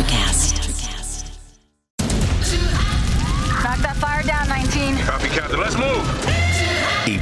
Electricast. Knock that fire down, 19. Copy, Captain. Let's move.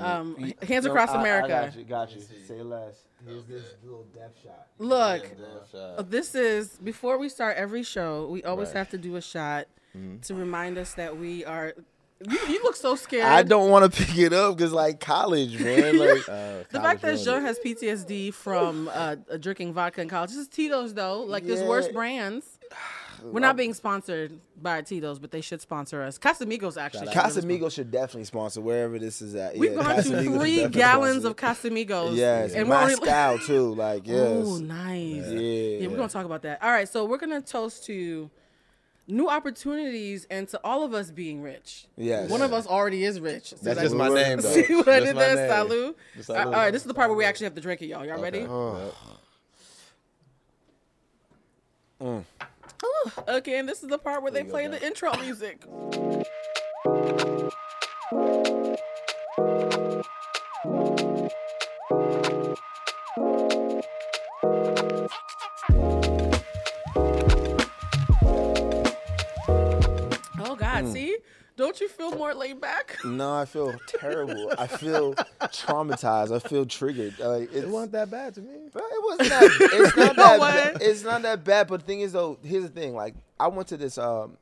Um, Hands Across I- I, America. got you. Got you. Say less. Here's this little death shot. Look, Death shot. uh, this is before we start every show. We always have to do a shot Mm-hmm. to remind us that we are. You, you look so scared. I don't want to pick it up because like college, man. Like The fact that Joe has PTSD from uh, uh, drinking vodka in college. This is Tito's though. Like there's worse Yeah. brands. We're not being sponsored by Tito's, but they should sponsor us. Casamigos actually. should really Casamigos should definitely sponsor wherever this is at. We've Yeah, gone Casamigos through should three definitely gallons sponsor of Casamigos. it. Yes, and and we're only- Moscow too. Like yes. Ooh, nice. Yeah. Yeah. we're gonna talk about that. All right, so we're gonna toast to new opportunities and to all of us being rich. Yes. One of us already is rich. See That's what just I- my Word. name, though. See what I That's did my there, name. Salu? The All salute. right, all right, this is the part where we actually have to drink it, y'all. Y'all ready? Mm. Okay, and this is the part where they play the intro music. Oh God, Mm. see? Don't you feel more laid back? No, I feel terrible. I feel traumatized. I feel triggered. Like it's, It wasn't that bad to me. Bro, it was not. It's not that. what? ba- it's not that bad. But the thing is, though, here's the thing. Like, I went to this um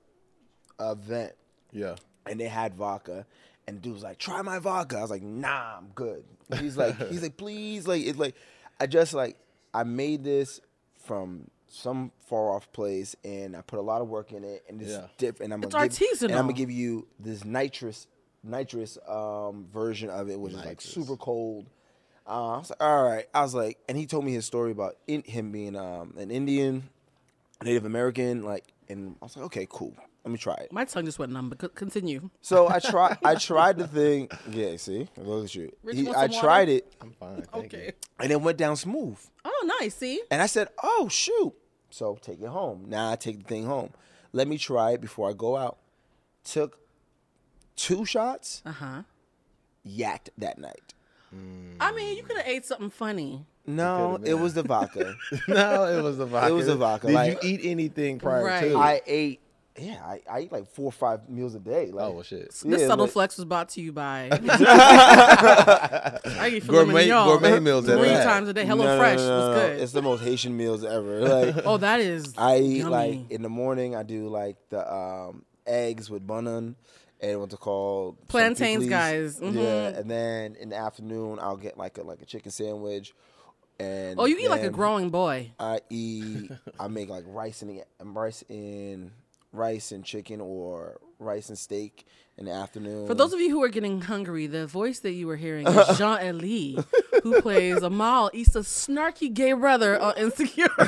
event Yeah. and they had vodka, and the dude was like, "Try my vodka." I was like, "Nah, I'm good." He's like, "He's like, please, like, it's like, I just like, I made this from." Some far off place, and I put a lot of work in it, and it's Yeah. different. And I'm It's gonna give, And I'm gonna artisanal. give you this nitrous, nitrous um, version of it, which is like Nitrous. super cold. Uh, I was like, all right. I was like, and he told me his story about in, him being um, an Indian, Native American, like, and I was like, okay, cool. Let me try it. My tongue just went numb, but c- continue. So I tried. I tried the thing. Yeah, see, look at you. Rich He- want I some tried water? it, I'm fine. Thank Okay. and it went down smooth. Oh, nice. See? And I said, oh shoot. So take it home. Now I take the thing home. Let me try it before I go out. Took two shots. Uh Uh-huh. huh. Yacked that night. I mean, you could have ate something funny. No, it was the vodka. You. No, it was the vodka. was the vodka, Did like- you eat anything prior Right. to? I ate. Yeah, I, I eat like four or five meals a day. Like, oh well, shit. This Yeah, subtle like- flex was brought to you by. I eat filet Gourmet- mignon gourmet meals at three that. times a day. Hello No, no, Fresh no, no, was no. good. It's the most Haitian meals ever. Like, oh, that is. I eat yummy. like in the morning. I do like the um, eggs with bunan and what's it called? Some Plantains, pickles. guys. Mhm. Yeah, and then in the afternoon I'll get like a like a chicken sandwich. And Oh, you eat like a then growing boy. I eat. I make like rice and rice and rice and chicken or rice and steak in the afternoon. For those of you who are getting hungry, the voice that you were hearing is Jean Elie, who plays Amal Issa's snarky gay brother on Insecure.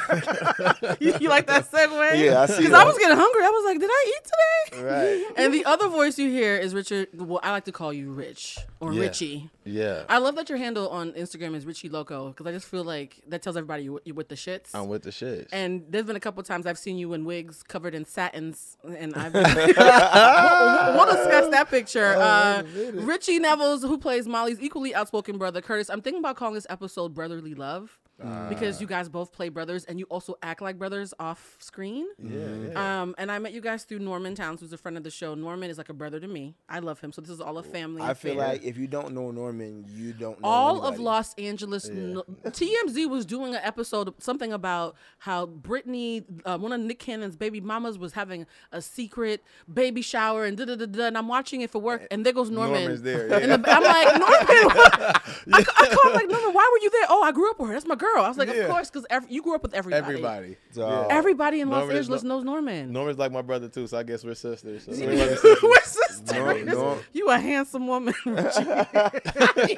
you, you like that segue? Yeah, I see Because I that. was getting hungry. I was like, did I eat today? Right. And the other voice you hear is Richard. Well, I like to call you Rich or Richie. Yeah. I love that your handle on Instagram is Richie Loco because I just feel like that tells everybody you, you're with the shits. I'm with the shit. and there's been a couple times I've seen you in wigs covered in satins, and I've we'll, we'll discuss that picture. Oh, Uh, Richie Neville's, who plays Molly's equally outspoken brother Curtis, I'm thinking about calling this episode "Brotherly Love" Ah. because you guys both play brothers and you also act like brothers off screen. yeah, yeah. Um, and I met you guys through Norman Towns, who's a friend of the show. Norman is like a brother to me. I love him, so this is all a family. Oh, I feel affair. like if you don't know Norman, you don't know All of anybody. Los Angeles, no- TMZ was doing an episode, something about how Britney, uh, one of Nick Cannon's baby mamas, was having a secret baby shower and da da da da. And I'm watching it for work, and there goes Norman. Eh, Norman's there, In the- I'm like Norman. what?" I, ca- I called like Norman. Why were you there? Oh, I grew up with her. That's my girl. I was like, of Yeah. course, because you grew up with everybody. Everybody. Dog. Everybody in Los Norman is Angeles no- knows Norman. Norman's like my brother too, so I guess we're sisters. So Yeah. we're brothers and sisters. We're sisters. breast. No, Right? no. You a handsome woman. Richie.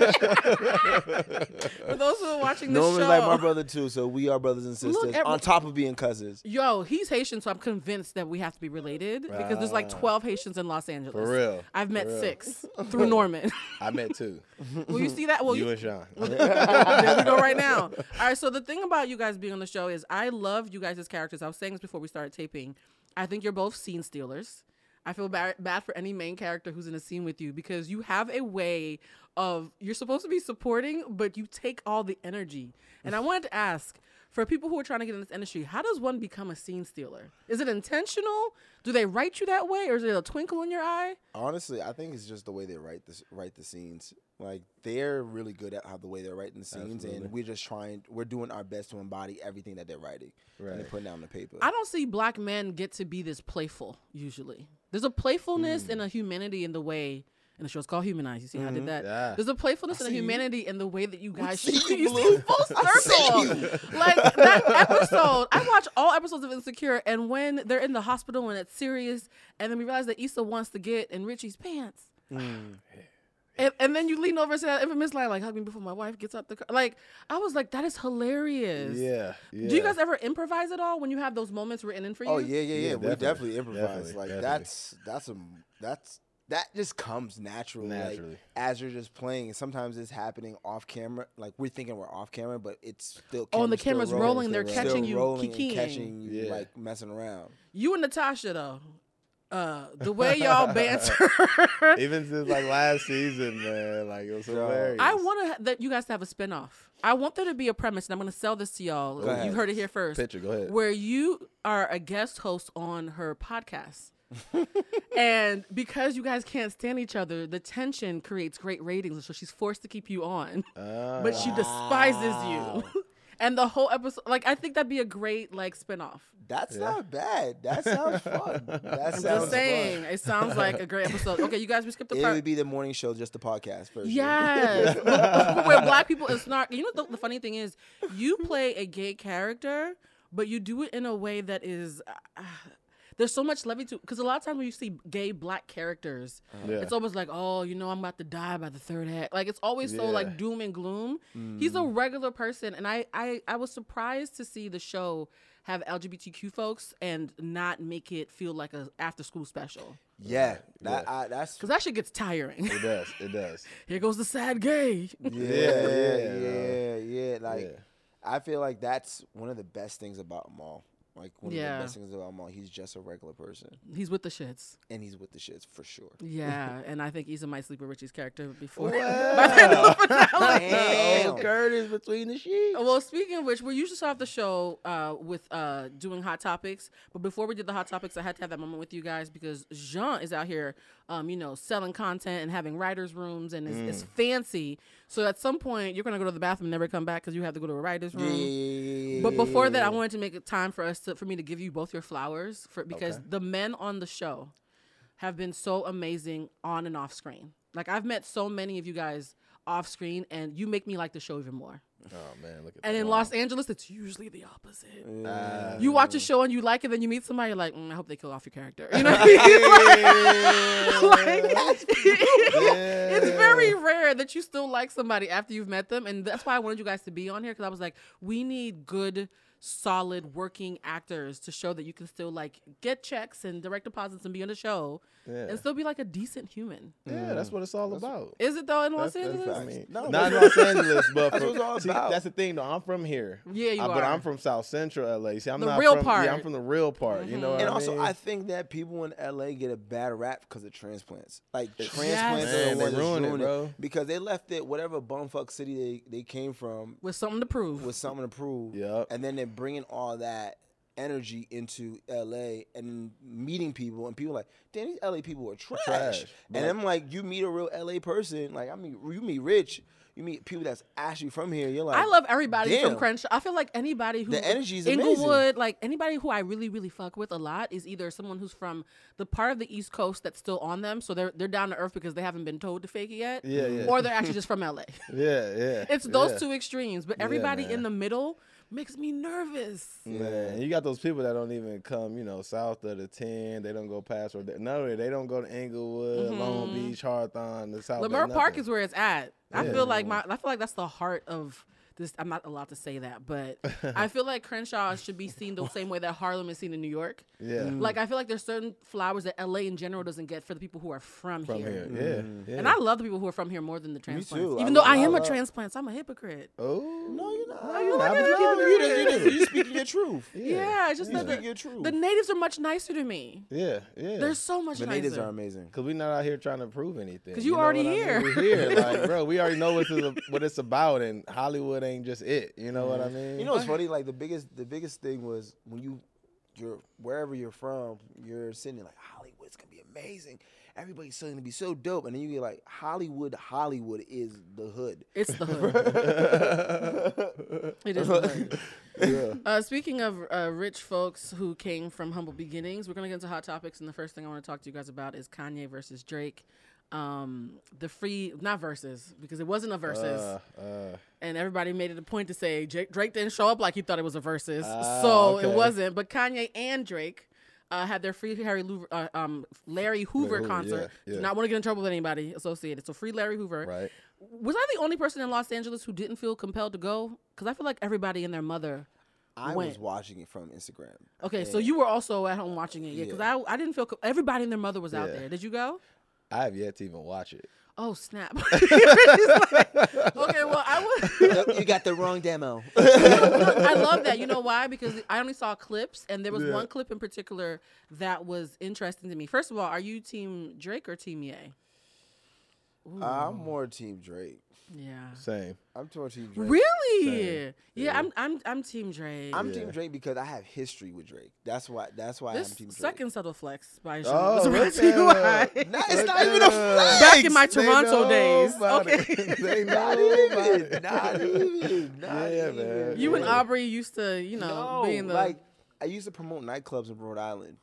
For those who are watching this Norman's show, like my brother too, so we are brothers and sisters. at- on top of being cousins, Yo, he's Haitian, so I'm convinced that we have to be related because there's like 12 Haitians in Los Angeles. Ah. For real, I've for met real. six through Norman. I met two. Will you see that? Well, you you, and Sean. there we go right now. All right. So the thing about you guys being on the show is I love you guys as characters. I was saying this before we started taping. I think you're both scene stealers. I feel bad, bad for any main character who's in a scene with you because you have a way of you're supposed to be supporting, but you take all the energy. And I wanted to ask for people who are trying to get in this industry, how does one become a scene stealer? Is it intentional? Do they write you that way, or is it a twinkle in your eye? honestly, I think it's just the way they write this, write the scenes. Like they're really good at how the way they're writing the scenes, and we're just trying. We're doing our best to embody everything that they're writing and they're putting down on the paper. I don't see black men get to be this playful usually. There's a playfulness Hmm. and a humanity in the way. And the show's called Humanized. You see, Mm-hmm. how I did that. Yeah. There's a playfulness and a humanity in the way that you guys see you, you Blue. see full I see circle. Like that episode, I watch all episodes of Insecure, and when they're in the hospital and it's serious, and then we realize that Issa wants to get in Richie's pants. Hmm. And, and then you lean over and say that infamous line, like, hug me before my wife gets out the car. Like, I was like, that is hilarious. yeah, yeah. Do you guys ever improvise at all when you have those moments written in for you? Oh yeah, yeah, yeah. we definitely, definitely improvise. definitely, like definitely. that's that's a that's that just comes naturally. like, Naturally. as you're just playing, and sometimes it's happening off camera. Like we're thinking we're off camera, but it's still. Oh, and the still camera's rolling, they're still catching you rolling and kikiing. catching you, Yeah. like messing around. You and Natasha though, uh, the way y'all banter. Even since like last season, man, like it was hilarious. I want to that you guys to have a spinoff. I want there to be a premise, and I'm going to sell this to y'all. ahead. You heard it here first. Picture, go ahead. Where you are a guest host on her podcast. and because you guys can't stand each other, the tension creates great ratings. and So she's forced to keep you on, but she despises you. and the whole episode, like, I think that'd be a great like spinoff. That's not bad. That sounds fun. That I'm sounds just saying, fun. it sounds like a great episode. Okay, you guys, we skipped the It part. would be the morning show, just the podcast version. Yes, where black people and snark. You know the, the funny thing is, you play a gay character, but you do it in a way that is. Uh, there's so much levity to because a lot of times when you see gay black characters, it's almost like, oh, you know, I'm about to die by the third act. Like it's always so like doom and gloom. He's Mm. a regular person, and I, I I was surprised to see the show have LGBTQ folks and not make it feel like a after school special Yeah. That, I, that's. because that shit gets tiring. It does. It does. Here goes the sad gay. yeah, yeah, yeah, yeah, yeah. Like, Yeah. I feel like that's one of the best things about Maul. Like, one Yeah. of the best things about Maul, he's just a regular person, He's with the shits. and he's with the shits for sure. Yeah, and I think Issa might sleep with Richie's character before. By the end of the finale. Oh, Damn. Curtis between the sheets. well, speaking of which, we're usually start off the show uh, with uh, doing hot topics. But before we did the hot topics, I had to have that moment with you guys because Jean is out here, um, you know, selling content and having writers' rooms and it's, it's fancy. So at some point, you're gonna go to the bathroom and never come back because you have to go to a writers' room. But before that, I wanted to make it time for us to for me to give you both your flowers for because the men on the show have been so amazing on and off screen. Like I've met so many of you guys off screen, and you make me like the show even more. Oh man, look at And that. in Los Angeles, it's usually the opposite. you watch a show and you like it, then you meet somebody, you're like, "Mm, I hope they kill off your character. You know what I mean? Like- like, it's very rare that you still like somebody after you've met them. And that's why I wanted you guys to be on here because I was like, we need good, solid, working actors to show that you can still like get checks and direct deposits and be on the show and still be like a decent human. Yeah, that's what it's all about. Is it though in Los Angeles? I mean, No, not in Los Angeles, but That's from- what it's all see, about. that's the thing, though. I'm from here. Yeah, you Uh, are. But I'm from South Central LA. See, I'm The not real from, part. Mm-hmm. Yeah, I'm from the real part. You know. What And I also, mean? I think that people in LA get a bad rap because of transplants. Like Yes. transplants are Man, the they ones that's ruined it, ruined it, bro. because they left it whatever bumfuck city they, they came from With something to prove. with something to prove. Yep. And then they're bringing all that energy into LA and meeting people and people like, damn, these LA people are trash. Trash, and I'm like, you meet a real LA person, like I mean, you meet Rich, you meet people that's actually from here. You're like, I love everybody from damn. Crenshaw. I feel like anybody who The energy is Inglewood, like anybody who I really really fuck with a lot is either someone who's from the part of the East Coast that's still on them, so they're they're down to earth because they haven't been told to fake it yet, Yeah, yeah. or they're actually just from LA. yeah, yeah. It's those yeah. two extremes, but everybody in the middle. makes me nervous. Mm. Man, you got those people that don't even come, you know, south of the ten. They don't go past or no, they don't go to Englewood, Long Beach, Hawthorne, the south. Lemur there's Mm-hmm. Park nothing. is where it's at. I feel like my I feel like that's the heart of this. I'm not allowed to say that, but I feel like Crenshaw should be seen the same way that Harlem is seen in New York. Yeah. Mm. Like I feel like there's certain flowers that LA in general doesn't get for the people who are from, from here. here. Yeah, yeah. And I love the people who are from here more than the transplants. too. I Even though love- I I am a love- transplant, so I'm a hypocrite. oh no, you're not. No, Nah, but you keeping it- you just- you just- you speaking your truth. Yeah, it's just You that speak your the, truth. the natives are much nicer to me. Yeah, yeah. They're so much The nicer. natives are amazing. Cause we not out here trying to prove anything. 'Cause you know already what I mean? here. We here, like, bro. We already know what it's, what it's about, and Hollywood ain't just it. Mm-hmm. You know what I mean? You know what's funny? Like the biggest the biggest thing was when you you're wherever you're from, you're sitting there like Hollywood's gonna be amazing. Everybody's still gonna be so dope. And then you get like Hollywood, Hollywood is the hood. It's the hood. it is the hood. Uh, speaking of uh, rich folks who came from humble beginnings, we're going to get into hot topics. And the first thing I want to talk to you guys about is Kanye versus Drake. Um, the free, not versus, because it wasn't a versus. Uh, and everybody made it a point to say Jake, Drake didn't show up like he thought it was a versus. so Ah, okay. it wasn't. But Kanye and Drake. Uh, had their free Harry Lou- uh, um, Larry Hoover Hoover, concert. yeah, yeah. Do not want to get in trouble with anybody associated. So free Larry Hoover. Right. Was I the only person in Los Angeles who didn't feel compelled to go? Because I feel like everybody and their mother. I went. was watching it from Instagram. Okay, so you were also at home watching it, yeah? Because I, I didn't feel co- everybody and their mother was out Yeah. there. Did you go? I have yet to even watch it. Oh snap! She's like, okay, well I was. you got the wrong demo. I love that. You know why? Because I only saw clips, and there was one clip in particular that was interesting to me. First of all, are you Team Drake or Team Ye? I'm more Team Drake. Yeah. Same. I'm more Team Drake. Really? Yeah, I'm I'm I'm Team Drake. I'm Team Drake because I have history with Drake. That's why. That's why I'm this Team Drake. second subtle flex by Oh, Sean. look Sean at T.Y. Nah, it's not even a flex. Back in my They Toronto know days. about it. Okay. they know Not about it. even. Not even. Not Yeah, even. man. You and Aubrey used to, you know, No, be in the like I used to promote nightclubs in Rhode Island,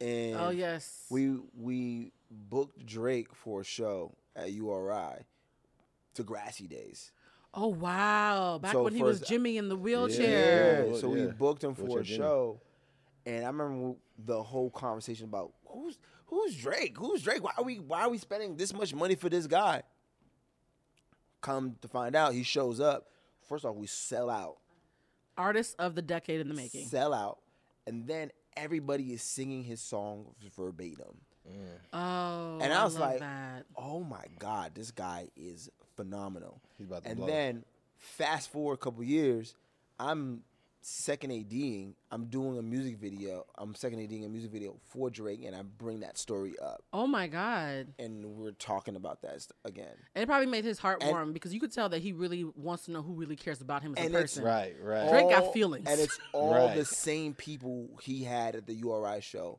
and Oh yes. we we booked Drake for a show at URI, Degrassi Days. oh wow. Back So when he was first- Jimmy in the wheelchair. Yeah, Yeah, so yeah. we booked him What's for your a gimmick? show, and I remember the whole conversation about who's who's Drake, who's Drake, why are we why are we spending this much money for this guy? Come to find out, he shows up. First off, we sell out, Artist of the decade in the making. sell out, and then everybody is singing his song verbatim. Oh. And I was love like, that. Oh my God, this guy is phenomenal. He's about to and blow. then fast forward a couple years, I'm second ADing. I'm doing a music video. I'm second ADing a music video for Drake, and I bring that story up, Oh my God. and we're talking about that st- again. And it probably made his heart And- warm because you could tell that he really wants to know who really cares about him as a And it's- person. Right, right. Drake got All- feelings. and it's all Right. the same people he had at the URI show.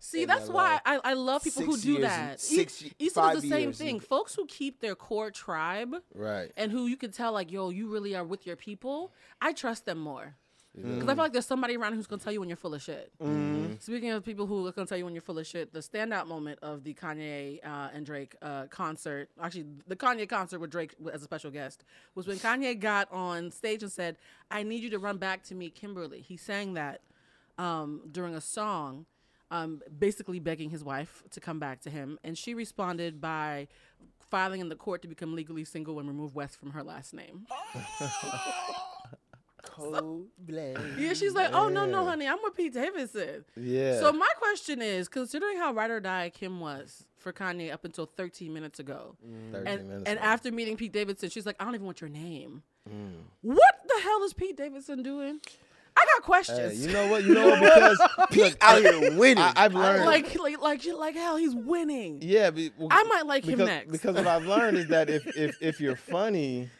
See, in their that's why life. I, I love people who Six do years and- that. six E- ye- Issa five does the same years thing. and- Folks who keep their core tribe, Right. and who you can tell like, yo, you really are with your people. I trust them more because I feel like there's somebody around who's gonna tell you when you're full of shit. Speaking of people who are gonna tell you when you're full of shit, the standout moment of the Kanye uh, and Drake uh, concert, actually the Kanye concert with Drake as a special guest, was when Kanye got on stage and said, "I need you to run back to me, Kimberly." He sang that um, during a song, um, basically begging his wife to come back to him, and she responded by filing in the court to become legally single and remove West from her last name. Oh, Cold blood. Yeah, she's like, oh no, no, honey, I'm with Pete Davidson. Yeah. So my question is, considering how ride or die Kim was for Kanye up until 13 minutes ago, and, 13 Mm. minutes and left. after meeting Pete Davidson, she's like, I don't even want your name. Mm. What the hell is Pete Davidson doing? I got Hey, questions. you know what? You know what? Because Pete out here winning. I, I've learned. like, like, like, like, hell, he's winning. yeah, be- well, I might like him because, next. Because what I've learned is that if if if you're funny.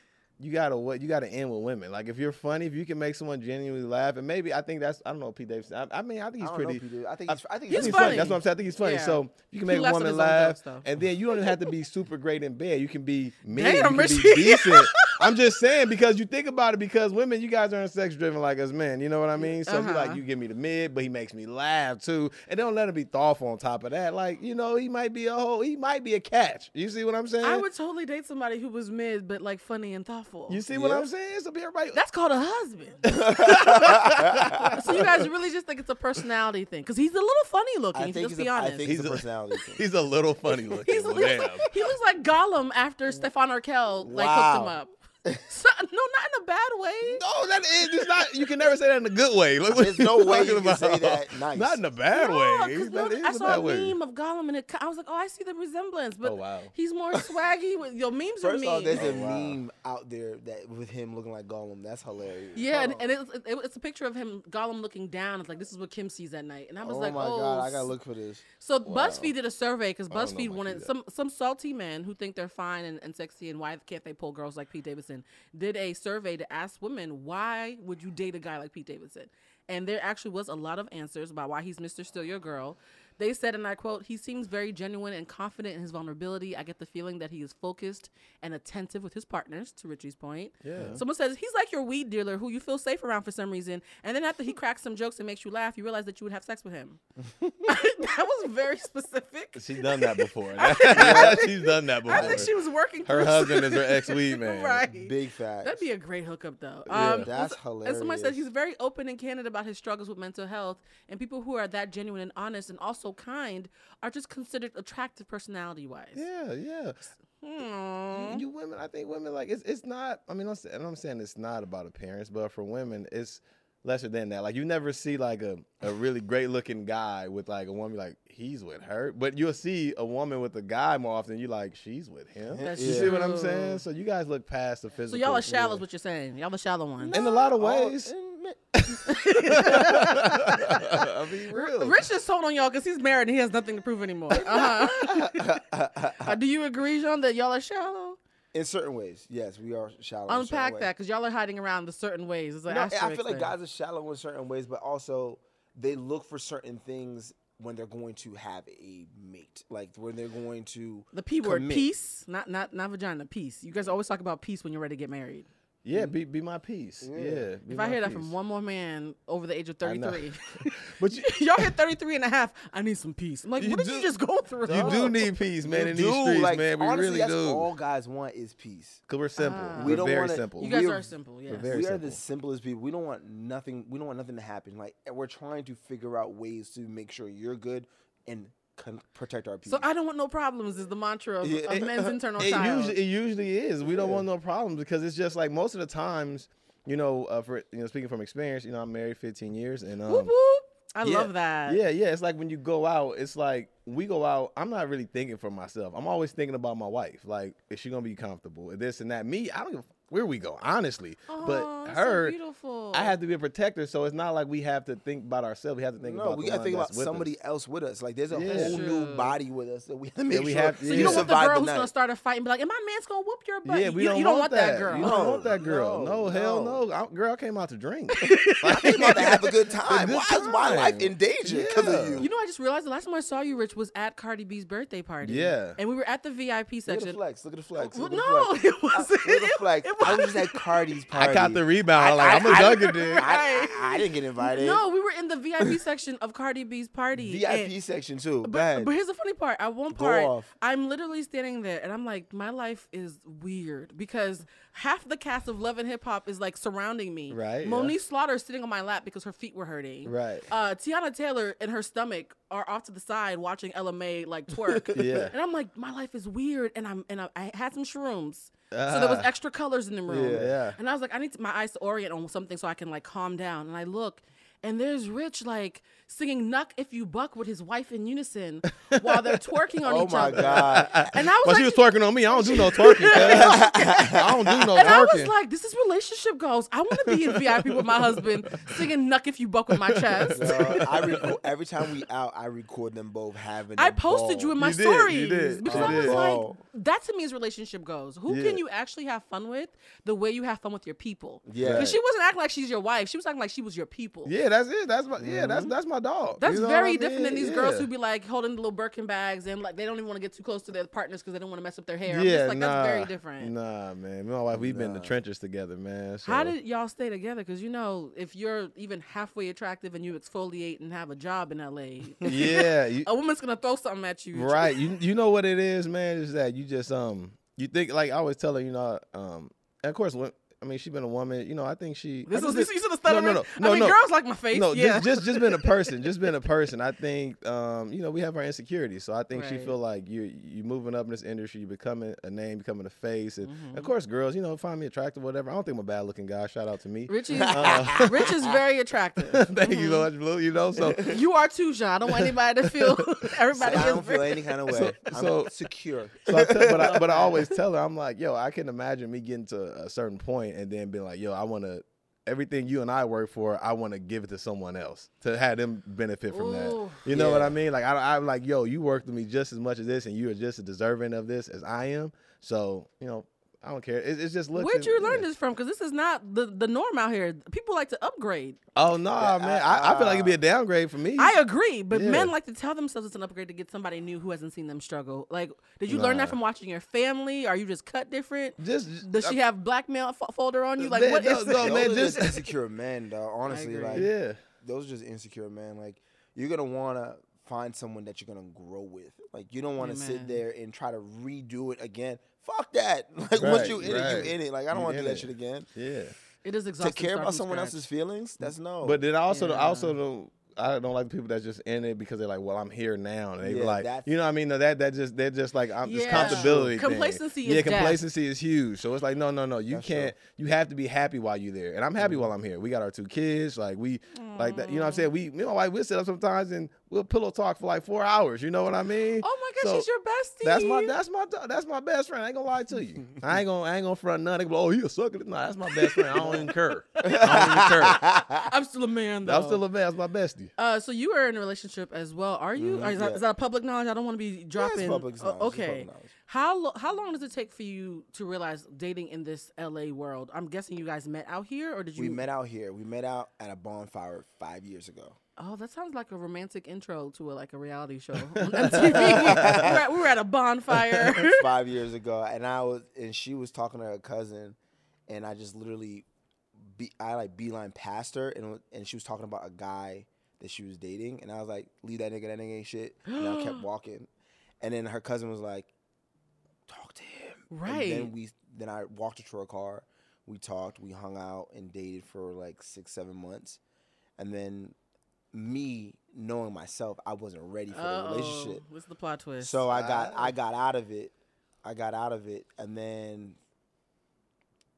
You gotta what you gotta end with women. Like if you're funny, if you can make someone genuinely laugh, and maybe I think that's I don't know Pete Davidson. I, I mean I think he's I don't know pretty. Pete Davidson. I think he's- I think he's he's funny. funny. That's what I'm saying. I think he's funny. Yeah. So you can He make a laughs at woman his own laugh, jokes, though. and then you don't even have to be super great in bed. You can be mean. Damn, you can Richie. be decent. I'm just saying because you think about it because women, you guys aren't sex driven like us men. You know what I mean? So you Uh-huh. like you give me the mid, but he makes me laugh too, and don't let him be thoughtful on top of that. Like you know, he might be a whole, he might be a catch. You see what I'm saying? I would totally date somebody who was mid but like funny and thoughtful. You see what I'm saying? So be everybody. That's called a husband. so you guys really just think it's a personality thing because he's a little funny looking. if I you think just he's be a, I honest. think he's a He's a- personality. thing. He's a little funny looking. He's- well, he, looks damn. like, he looks like Gollum after Stefan Arkell like Wow. hooked him up. So- no, not in a bad way. No, that is it's not. You can never say that in a good way. Look, what There's no way talking you can say about. that nice. Not in a bad way. No, 'cause That no, is I a saw bad a way. meme of Gollum and it, I was like, oh, I see the resemblance. But Oh, wow. he's more swaggy. With, your memes are First mean. off, there's Oh, a meme out there that with him looking like Gollum. That's hilarious. Yeah, and, and it's, it, it's a picture of him Gollum looking down. It's like this is what Kim sees at night, and I was Oh like, my oh, god, I gotta s- look for this. So BuzzFeed did a survey because don't know BuzzFeed if I wanted do that. some some salty men who think they're fine and, and sexy and why can't they pull girls like Pete Davidson did a survey to ask women why would you date a guy like Pete Davidson, and there actually was a lot of answers about why he's Mister Still Your Girl. They said, and I quote, he seems very genuine and confident in his vulnerability. I get the feeling that he is focused and attentive with his partners, to Richie's point. Yeah. Someone says, he's like your weed dealer who you feel safe around for some reason. And then after he cracks some jokes and makes you laugh, you realize that you would have sex with him. that was very specific. She's done that before. She's done that before. I think she was working. through Her husband is her something. ex-weed man. right. Big facts. That'd be a great hookup, though. Yeah. Um, That's and somebody said hilarious. he's very open and candid about his struggles with mental health, and people who are that genuine and honest and also kind are just considered attractive personality-wise. Yeah, yeah. hmm. You, you women, I think women like it's it's not. I mean, I'm, sa- and I'm saying it's not about appearance, but for women, it's lesser than that. Like you never see like a, a really great looking guy with like a woman like he's with her, but you'll see a woman with a guy more often. You like she's with him. That's You see what I'm true. saying? So you guys look past the So physical. y'all are eh. shallow, is what you're saying. Y'all are shallow ones. in a lot of Oh, ways. and ma- I mean, real. Rich just told on y'all because he's married and he has nothing to prove anymore. Uh-huh. Uh, do you agree, John, that y'all are shallow? In certain ways, yes, we are shallow. in certain Unpack ways. that because y'all are hiding around the certain ways. It's an No, I asterisk feel like there. guys are shallow in certain ways, but also they look for certain things when they're going to have a mate, like when they're going to The P word, commit. peace, not not not vagina, peace. You guys always talk about peace when you're ready to get married. Yeah, be be my piece. Yeah. be If my I hear that piece. from one more man over the age of I know. 33, but you, y'all hit 33 and a half, I need some peace. I'm like, You what did do- you just go through? you do need peace, man. in these do, streets, like, man, we honestly, really that's do. all guys want is peace. Cause we're simple. We we're don't very wanna- simple. Ah. You guys We're- are simple, yes. very we are simple. the simplest people. We don't want nothing. We don't want nothing to happen. Like and we're trying to figure out ways to make sure you're good and con- protect our peace. So I don't want no problems is the mantra of, Yeah, of it- men's internal it child. usually it usually is. We don't want no problems because it's just like most of the times, you know, uh, for you know, speaking from experience, you know, I'm married 15 years and um, Whoop, whoop. I yeah, love that. Yeah, yeah. It's like when you go out, it's like we go out. I'm not really thinking for myself. I'm always thinking about my wife. Like, is she gonna be comfortable? And This and that. Me, I don't give a f- where we go, honestly. Aw, but that's so her, beautiful. I have to be a protector. So it's not like we have to think about ourselves. We have to think no, about we the gotta one think about that's with us. somebody else with us. Like there's a Yeah. whole Sure. new body with us that we have to make we sure. have- so yeah. So you you don't want the survive girl who's night. gonna start a fight and be like, and my man's gonna whoop your butt. Yeah, we you, don't, you don't want, that girl. You don't No, want that girl. No, no, hell no. no. I, girl, I came out to drink. I'm about to have a good time. good Why is my time. life in danger because Yeah. of you? You know, I just realized the last time I saw you, Rich, was at Cardi B's birthday party. Yeah. And we were at the VIP Look at the section. flex. Look at the flex. Well, Look at no, the flex. it wasn't. Look at the It- flex. it I was just at Cardi's party. I caught the rebound. Like, I'm a I- junkie, dude. I, I, I didn't get invited. No, we were in the VIP section of Cardi B's party. VIP and- section too. But, Bad. but here's the funny part. At one part, off. I'm literally standing there and I'm like, my life is weird because half the cast of Love and Hip Hop is like surrounding me. Right, yeah. Monique Slaughter is sitting on my lap because her feet were hurting. Right. Uh, Tiana Taylor and her stomach are off to the side watching LMA like twerk. Yeah. And I'm like, my life is weird. And I'm and I, I had some shrooms. So there was Ah. extra colors in the room. Yeah. Yeah. And I was like, I need to, my eyes to orient on something so I can like calm down. And I look, and there's Rich like singing "Nuck If You Buck" with his wife in unison while they're twerking on oh each my other. god. And I was But she like, was twerking on me. I don't do no twerking. cuz. I don't do no and I twerking. was like, this is relationship goals. I want to be in VIP with my husband singing "Nuck If You Buck" with my chest. Girl, I record, every time we out, I record them both having. I a posted ball. you in my You did, you stories did, because you I was did. like, Ball. that to me is relationship goals. Who Yeah. can you actually have fun with the way you have fun with your people? Yeah. because she wasn't acting like she's your wife. She was acting like she was your people. yeah, Yeah, that's it. That's my yeah. That's that's my dog. Mm-hmm. That's You know what very I different than mean? these girls Yeah. who be like holding the little Birkin bags and like they don't even want to get too close to their partners because they don't want to mess up their hair. I'm just like that's very different. Nah, man. Me and my wife, we've been in the trenches together, man. So. How did y'all stay together? Because you know, if you're even halfway attractive and you exfoliate and have a job in LA, Yeah, you, a woman's gonna throw something at you. right. You you know what it is, man. Is that you just um you think like I always tell her, you know, um, and of course, wo- I mean, she's been a woman. You know, I think she. I This just is this, did- you should have No, stuttering. no, no, I no, mean, no. girls like my face. No, yeah. just, just just being a person, just being a person. I think um, you know we have our insecurities, so I think she Right. feel like you you moving up in this industry, you becoming a name, becoming a face, and Mm-hmm. of course, girls, you know, find me attractive, whatever. I don't think I'm a bad looking guy. Shout out to me. Richie's, Rich is very attractive. Uh. Thank you Mm-hmm. so much, Blue. You know, so You are too, Jean. I don't want anybody to feel everybody I is don't feel very, any kind of way. I'm so- secure. So I tell- but I, but I always tell her, I'm like, yo, I can imagine me getting to a certain point and then being like, yo, I want to everything you and I work for, I want to give it to someone else to have them benefit from Ooh. that. You know what I mean? Like I, I'm like, yo, you worked with me just as much as this, and you are just as deserving of this as I am. So you know, I don't care. It, it's just looking. Where'd you learn yeah. this from? Because this is not the, the norm out here. People like to upgrade. Oh no, man, I, I feel like it'd be a downgrade for me. I agree, but Yeah. men like to tell themselves it's an upgrade to get somebody new who hasn't seen them struggle. Like, did you learn that from watching your family? Are you just cut different? Just- uh, does she have blackmail fo- folder on you? Like, Man, what is no, it? those man, are just just- insecure men, though. Honestly, agree. like yeah. those are just insecure men. Like you're gonna wanna find someone that you're gonna grow with. Like you don't wanna Amen. sit there and try to redo it again. Fuck that. Like once Right, you in it, right. you in it. Like I don't You wanna in do that it. shit again. Yeah. It is To exhausting. care starting about from someone scratch. else's feelings, that's no. But then I also I also don't I don't like people that's just in it because they're like, well, I'm here now, and they be Yeah, like, that's- you know, what I mean, no, that that just they're just like, I'm Yeah. it's comfortability, thing. Complacency is yeah, death. complacency is huge. So it's like, no, no, no, you can't. You have to be happy while you're there, and I'm Mm-hmm. happy while I'm here. We got our two kids, like we, like that. You know what I'm saying? We, you know, like we'll sit up sometimes and we'll pillow talk for like four hours. You know what I mean? Oh my gosh, So- she's your bestie. that's my that's my do- that's my best friend. I ain't gonna lie to you. I ain't gonna I ain't gonna front none. They go, oh, you a sucker. No, that's my best friend. I don't incur. I don't incur. I'm still a man though. I'm still a man. That's my bestie. Uh, so you are in a relationship as well, are you? Or is, that, Mm-hmm, yeah. is that public knowledge? I don't want to be dropping. public Oh, knowledge. It's okay. public knowledge. How lo- how long does it take for you to realize dating in this LA world? I'm guessing you guys met out here, or did you? we met out here. We met out at a bonfire five years ago. Oh, that sounds like a romantic intro to a, like a reality show on MTV. we, were at, we were at a bonfire. five years ago, and I was and she was talking to her cousin, and I just literally, be, I like beeline past her, and wa- and she was talking about a guy that she was dating, and I was like, leave that nigga, that nigga ain't shit, and I kept walking, and then her cousin was like, talk to him, And Right. then we then I walked her to her car, we talked, we hung out and dated for like six seven months, and then me knowing myself, I wasn't ready for the relationship. what's the plot twist? So I got I got out of it. I got out of it and then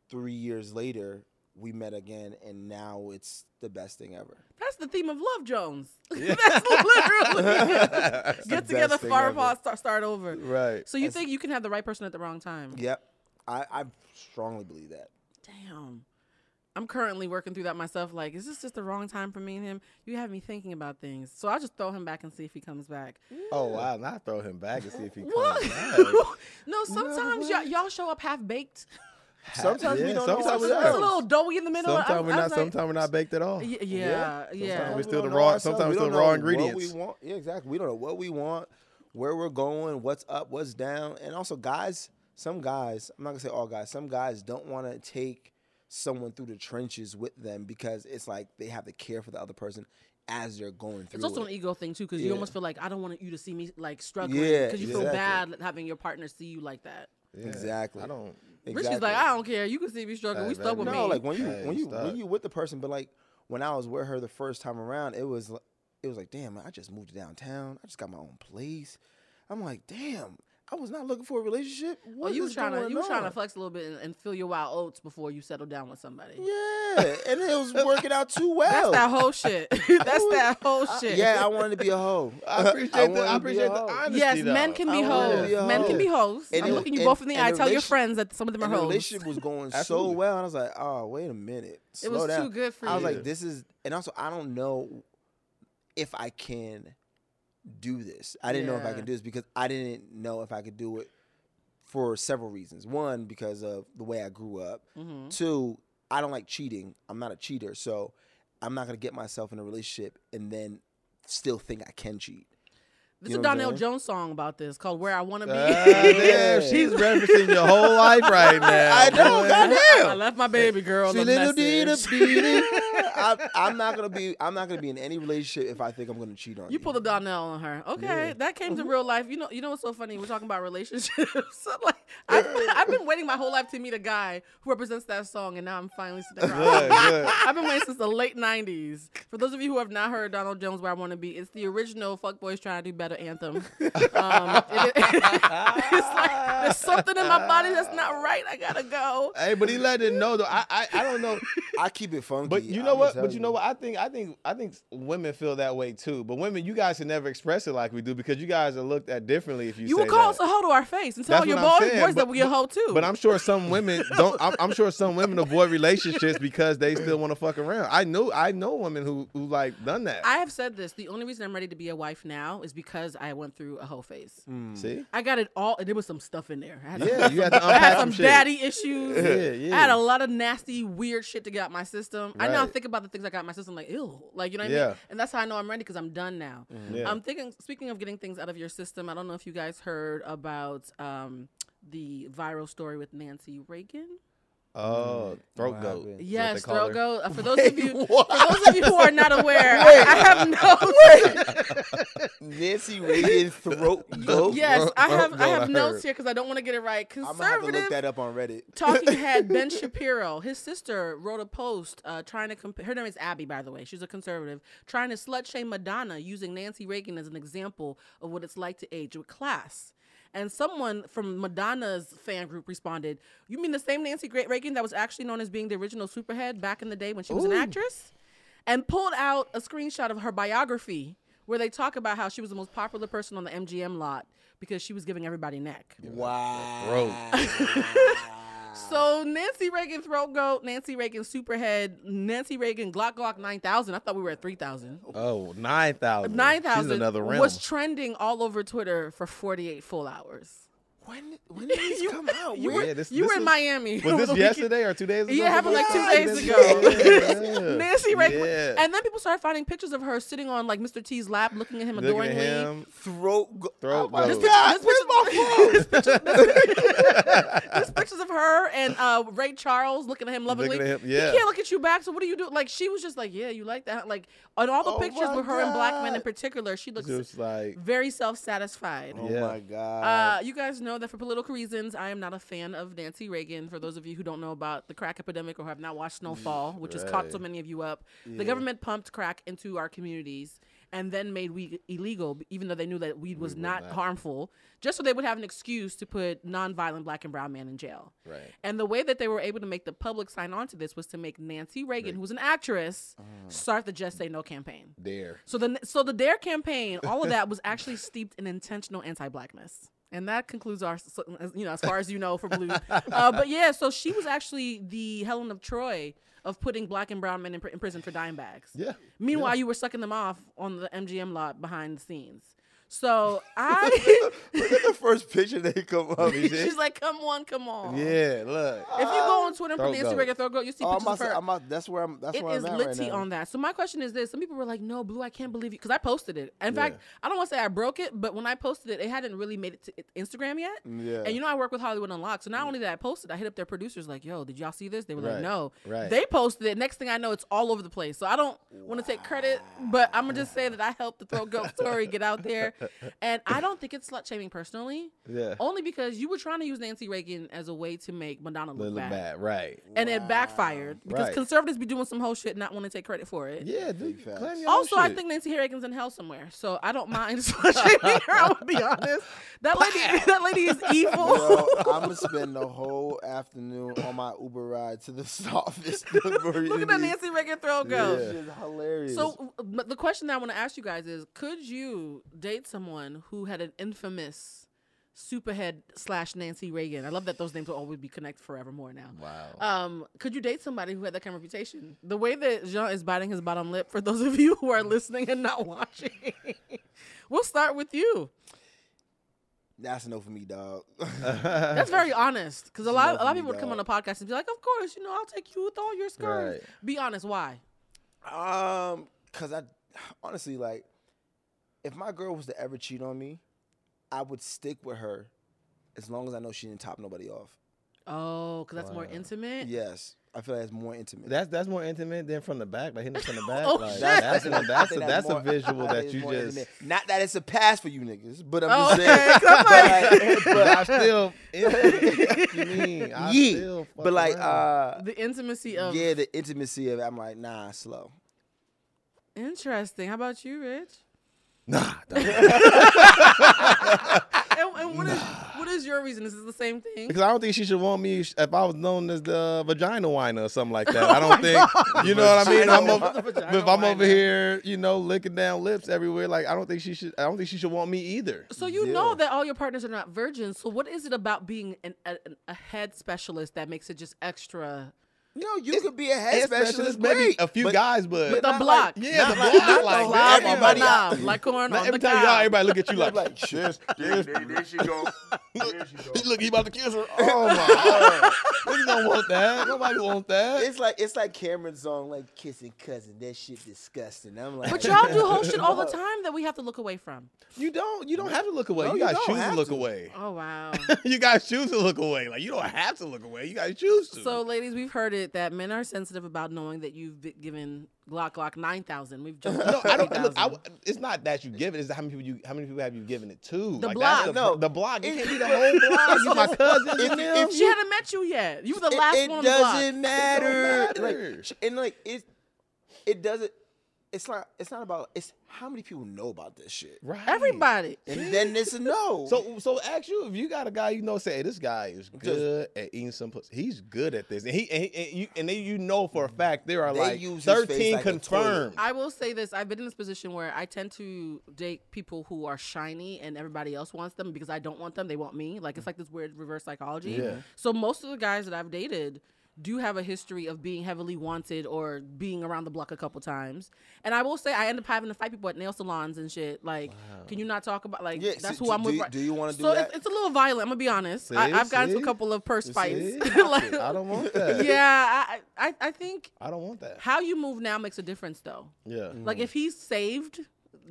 3 years later we met again and now it's the best thing ever. that's the theme of Love Jones. that's literally get together, thing far ever. apart, start, start over. Right. So you think you can have the right person at the wrong time? Yep. I, I strongly believe that. Damn. I'm currently working through that myself. Like, is this just the wrong time for me and him? You have me thinking about things. So I'll just throw him back and see if he comes back. Oh wow! Now throw him back and see if he comes What? back. no, sometimes y'all, y'all show up half baked. Sometimes we yeah, don't know It's sometimes we a don't. ourselves. little doughy in the middle. I- Sometimes we're I not. was like- Sometimes we're not baked at all. Y- Yeah, yeah. Sometimes we We still don't the know raw. ourselves. Sometimes We the don't raw know ingredients. What we want. Yeah, exactly. We don't know what we want, where we're going, what's up, what's down. And also guys, some guys, I'm not gonna say all guys, some guys don't wanna take someone through the trenches with them because it's like they have to care for the other person as they're going through It's also an e- it. ego thing too, because you Yeah. almost feel like I don't want you to see me like struggling, Yeah, because you feel exactly. bad having your partner see you like that. Exactly. I don't. Richie's like, I don't care. You can see me struggling. we Hey, stuck baby. with No, me. like when you Hey, when you stop. when you with the person, but like when I was with her the first time around, it was l- it was like, damn, I just moved to downtown. I just got my own place. I'm like, damn, I was not looking for a relationship. oh, What you is was trying to going you was trying to on?" flex a little bit and, and fill your wild oats before you settle down with somebody. Yeah, and it was working out too well. That's that whole shit. That's that whole shit. yeah, I wanted to be a hoe. I appreciate the. I wanted to be a appreciate the hoe. honesty. Yes, men though. can be I wanted to hoes. be a Men hoe. can be hoes. And I'm it- looking you and- both in the and eye. the Tell your relation- friends that some of them are and the hoes. relationship was going so Absolutely. well, and I was like, oh, wait a minute. Slow was down. too good for I was you. like, this is, and also I don't know if I can do this. I didn't know if I Yeah. could do this because I didn't know if I could do it for several reasons. One, Mm-hmm. because of the way I grew up. Two, I don't like cheating. I'm not a cheater, so I'm not gonna get myself in a relationship and then still think I can cheat. There's You a know what I'm Donnell saying? Jones song about this called "Where I Want to Be." Goddamn, she's referencing your whole life right now. I know, boy. I goddamn. left my baby girl. She the little did a message. beating. I- I'm not gonna be. I'm not gonna be in any relationship if I think I'm gonna cheat on you. You pulled a Donnell on her. Okay, that came Mm-hmm. to real life. You know, you know what's so funny? We're talking about relationships. so like, I've, I've been waiting my whole life to meet a guy who represents that song, and now I'm finally sitting down. Good, good. I've been waiting since the late '90s. For those of you who have not heard Donald Jones, "Where I Want to Be," it's the original "Fuckboys Trying to Do Better" anthem. Um, it- it's like there's something in my body that's not right. I gotta go. Hey, but he let it know though. I, I, I don't know. I keep it funky. But you know what? But you know what? I think I think I think women feel that way too. But women, you guys should never express it like we do because you guys are looked at differently if you. You say will call us that. a hoe to our face and tell That's your what I'm boys, saying, boys that but- we your but- hoe too. But I'm sure some women don't. I'm, I'm sure some women avoid relationships because they still want to fuck around. I know. I know women who who like done that. I have said this. The only reason I'm ready to be a wife now is because I went through a whole phase. Mm. See. I got it all. and There was some stuff in there. I had Mm. Yeah, you had to I had unpack some some shit. daddy issues. Yeah, yeah. I had a lot of nasty, weird shit to get out my system. I now Right. think about the things I got in my system, like ew, like you know what I Yeah. Mm-hmm. mean. And that's how I know I'm ready because I'm done now. Yeah. I'm thinking. Speaking of getting things out of your system, I don't know if you guys heard about um, the viral story with Nancy Reagan. Oh, throat What goat. happened? is what Yes, they call throat her. goat. Uh, For those of you, for those of you who are not aware, I have no. Nancy Reagan throat goat. Yes, I throat have. I goat, I have notes heard. here because I don't want to get it right. I'm gonna have to look Conservative that up on Reddit. talking head Ben Shapiro, his sister wrote a post uh, trying to compare. Her name is Abby, by the way. She's a conservative, trying to slut shame Madonna using Nancy Reagan as an example of what it's like to age with class. And someone from Madonna's fan group responded, "You mean the same Nancy Gra- Reagan that was actually known as being the original superhead back in the day when she was an actress?" and pulled out a screenshot of her biography where they talk about how she was the most popular person on the MGM lot because she was giving everybody neck. Uh, Wow. So Nancy Reagan throat goat, Nancy Reagan superhead, Nancy Reagan Glock Glock 9000. I thought we were at 3000. Oh, 9,000. 9000 She's in another realm. was trending all over Twitter for 48 full hours. When when did this You- come out? You Where- were, Yeah, this- you were this in was- Miami. over Was this the weekend. yesterday or two days ago? Yeah, it happened like two days Yeah, ago. yeah. Nancy Reagan. Yeah. And then people started finding pictures of her sitting on like Mr. T's lap, looking at him Looking adoringly. at him. throat go- Oh Throat my goat. God, This where's my picture- phone? There's pictures of her and uh, Ray Charles looking at him lovingly. Looking at him, He yeah. can't look at you back. So what do you do? Like she was just like, yeah, you like that. Like on all the Oh pictures my with her and black men in God. particular, she looks Just like, very self-satisfied. Oh Yeah. my god. Uh, you guys know that for political reasons, I am not a fan of Nancy Reagan. For those of you who don't know about the crack epidemic or have not watched Snowfall, which has caught so many of you up, the government pumped crack into our communities and then made weed illegal, b- even though they knew that weed was not harmful, just so they would have an excuse to put nonviolent black and brown men in jail. Right. And the way that they were able to make the public sign on to this was to make Nancy Reagan, who was an actress, start the Just Say No campaign. there. So the so the Dare campaign, all of that was actually steeped in intentional anti-blackness. And that concludes our, so- as- you know, as far as you know for Blue. Uh, but yeah, so she was actually the Helen of Troy of putting black and brown men in, pr- in prison for dime bags. Yeah. Meanwhile, you were sucking them off on the MGM lot behind the scenes. So I, Look at the first picture that come up. she's like, come on, come on. Yeah, look. If you go on Twitter and put Throat Nancy goat. Reagan, throw girl, you see Oh, pictures I'm of about, her. to- I'm about, that's where I'm. That's It where is I'm at lit right tea now. on that. So my question is this: Some people were like, "No, Blue, I can't believe you," because I posted it. In fact, I don't want to say I broke it, but when I posted it, it hadn't really made it to i- Instagram yet. Yeah. Mm. And you know, I work with Hollywood Unlocked, so not only did I post it, I hit up their producers like, "Yo, did y'all see this?" They were like, Right. "No." Right. They posted it. Next thing I know, it's all over the place. So I don't want to take credit, but I'm gonna just say that I helped the throat goat story get out there, and I don't think it's slut shaming personally. Yeah. Only because you were trying to use Nancy Reagan as a way to make Madonna look, Look bad. bad. Right. And it backfired because Right. conservatives be doing some whole shit, and not want to take credit for it. Yeah, dude. facts. claim your own Also, I shit. think Nancy Reagan's in hell somewhere, so I don't mind slut shaming her. I'm gonna be honest. That lady, that lady is evil. Bro, I'm gonna spend the whole afternoon on my Uber ride to the office. Look at that Nancy Reagan throw go. This is hilarious. So, but the question that I want to ask you guys is: Could you date someone who had an infamous superhead slash Nancy Reagan? I love that those names will always be connected forevermore now. Wow. Um, could you date somebody who had that kind of reputation? The way that Jean is biting his bottom lip. For those of you who are listening and not watching, we'll start with you. that's enough for me, dog. That's very honest because a lot, a lot of people would come on dog. the podcast and be like, "Of course, you know, I'll take you with all your scars." Right. Be honest. Why? Um, cause I honestly like, if my girl was to ever cheat on me, I would stick with her, as long as I know she didn't top nobody off. Oh, because that's more intimate. Yes, I feel like it's more intimate. That's that's more intimate than from the back, like hitting it from the back. Oh, like, shit. That's an- I that's a, think that's a more- visual I think that it's you more just. intimate. not that it's a pass for you niggas, but I'm Oh, just saying. okay. 'Cause I'm like, But, like, But I'm still. intimate. you mean? I but, yeah, still fuck but like, around. uh, the intimacy of yeah, the intimacy of it, I'm like, nah, slow. interesting. How about you, Rich? nah. dog. And, and what is what is your reason? Is this the same thing? Because I don't think she should want me sh- if I was known as the vagina whiner or something like that. I Oh don't think you know what I mean. I'm Vagina- over, the vagina if I'm over whiner. here, you know, licking down lips everywhere, like I don't think she should. I don't think she should want me either. So you know that all your partners are not virgins. So what is it about being an, a, an- a head specialist that makes it just extra? You know, you could be a head Head specialist, maybe great, a few but- guys, but, The like- block, yeah, the like- block, not the like, man, lob, everybody- but not- knob, like corn Now, on the every time y'all, cob. everybody look at you like, like, shit, There, there, there she go. There she go. look, he about to kiss her. Oh my god, you don't want that. Nobody want that. It's like it's like Cameron's on like kissing cousin. That shit disgusting. I'm like, But y'all do whole shit all the time that we have to look away from. you don't. You don't have to look away. No, you you guys don't choose to have look to. away. Oh wow. you guys choose to look away. Like you don't have to look away. You guys choose to. So, ladies, we've heard it that men are sensitive about knowing that you've been given Glock Glock nine thousand. We've just No, I don't. Look, I, it's not that you give it. It's how many people you. How many people have you given it The to? that's block. the, No. the block. You It- can't be the whole block. You my cousins. If- you know? if she hadn't met you yet. You were the last it, one on the block. doesn't matter. It don't matter. Like sh- and like it, it doesn't. It's not. It's not about. It's how many people know about this shit. right. Everybody. And then it's a no. So so ask you if you got a guy you know say hey, this guy is good at eating some pussy. He's good at this, and he and, he- and you and then you know for a Mm-hmm. fact there are They like use his face thirteen like a toilet. confirmed. I will say this: I've been in this position where I tend to date people who are shiny, and everybody else wants them because I don't want them; they want me. Like it's like this weird reverse psychology. Yeah. So most of the guys that I've dated do have a history of being heavily wanted or being around the block a couple times. And I will say, I end up having to fight people at nail salons and shit. Like, can you not talk about like Yeah, that's see, who do- I'm with? do you- right- do you wanna do So it's, that? it's a little violent. I'm gonna be honest. I, See? I've gotten to See? a couple of purse See? fights. Like- I don't want that. yeah, I, I I think I don't want that. how you move now makes a difference though. Yeah. Ah. Like if he's saved,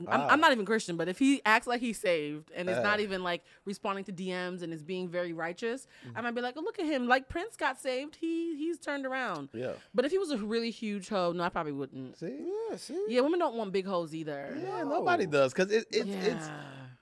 I'm, I'm not even Christian, but if he acts like he's saved and is not even like responding to DMs and is being very righteous, Mm-hmm. I might be like, oh look at him, like Prince got saved, he he's turned around. Yeah. But if he was a really huge hoe, no, I probably wouldn't. See? yeah, see? Yeah, women don't want big hoes either. Yeah, nobody does because it, it, it's Yeah. Ah. Mm-hmm.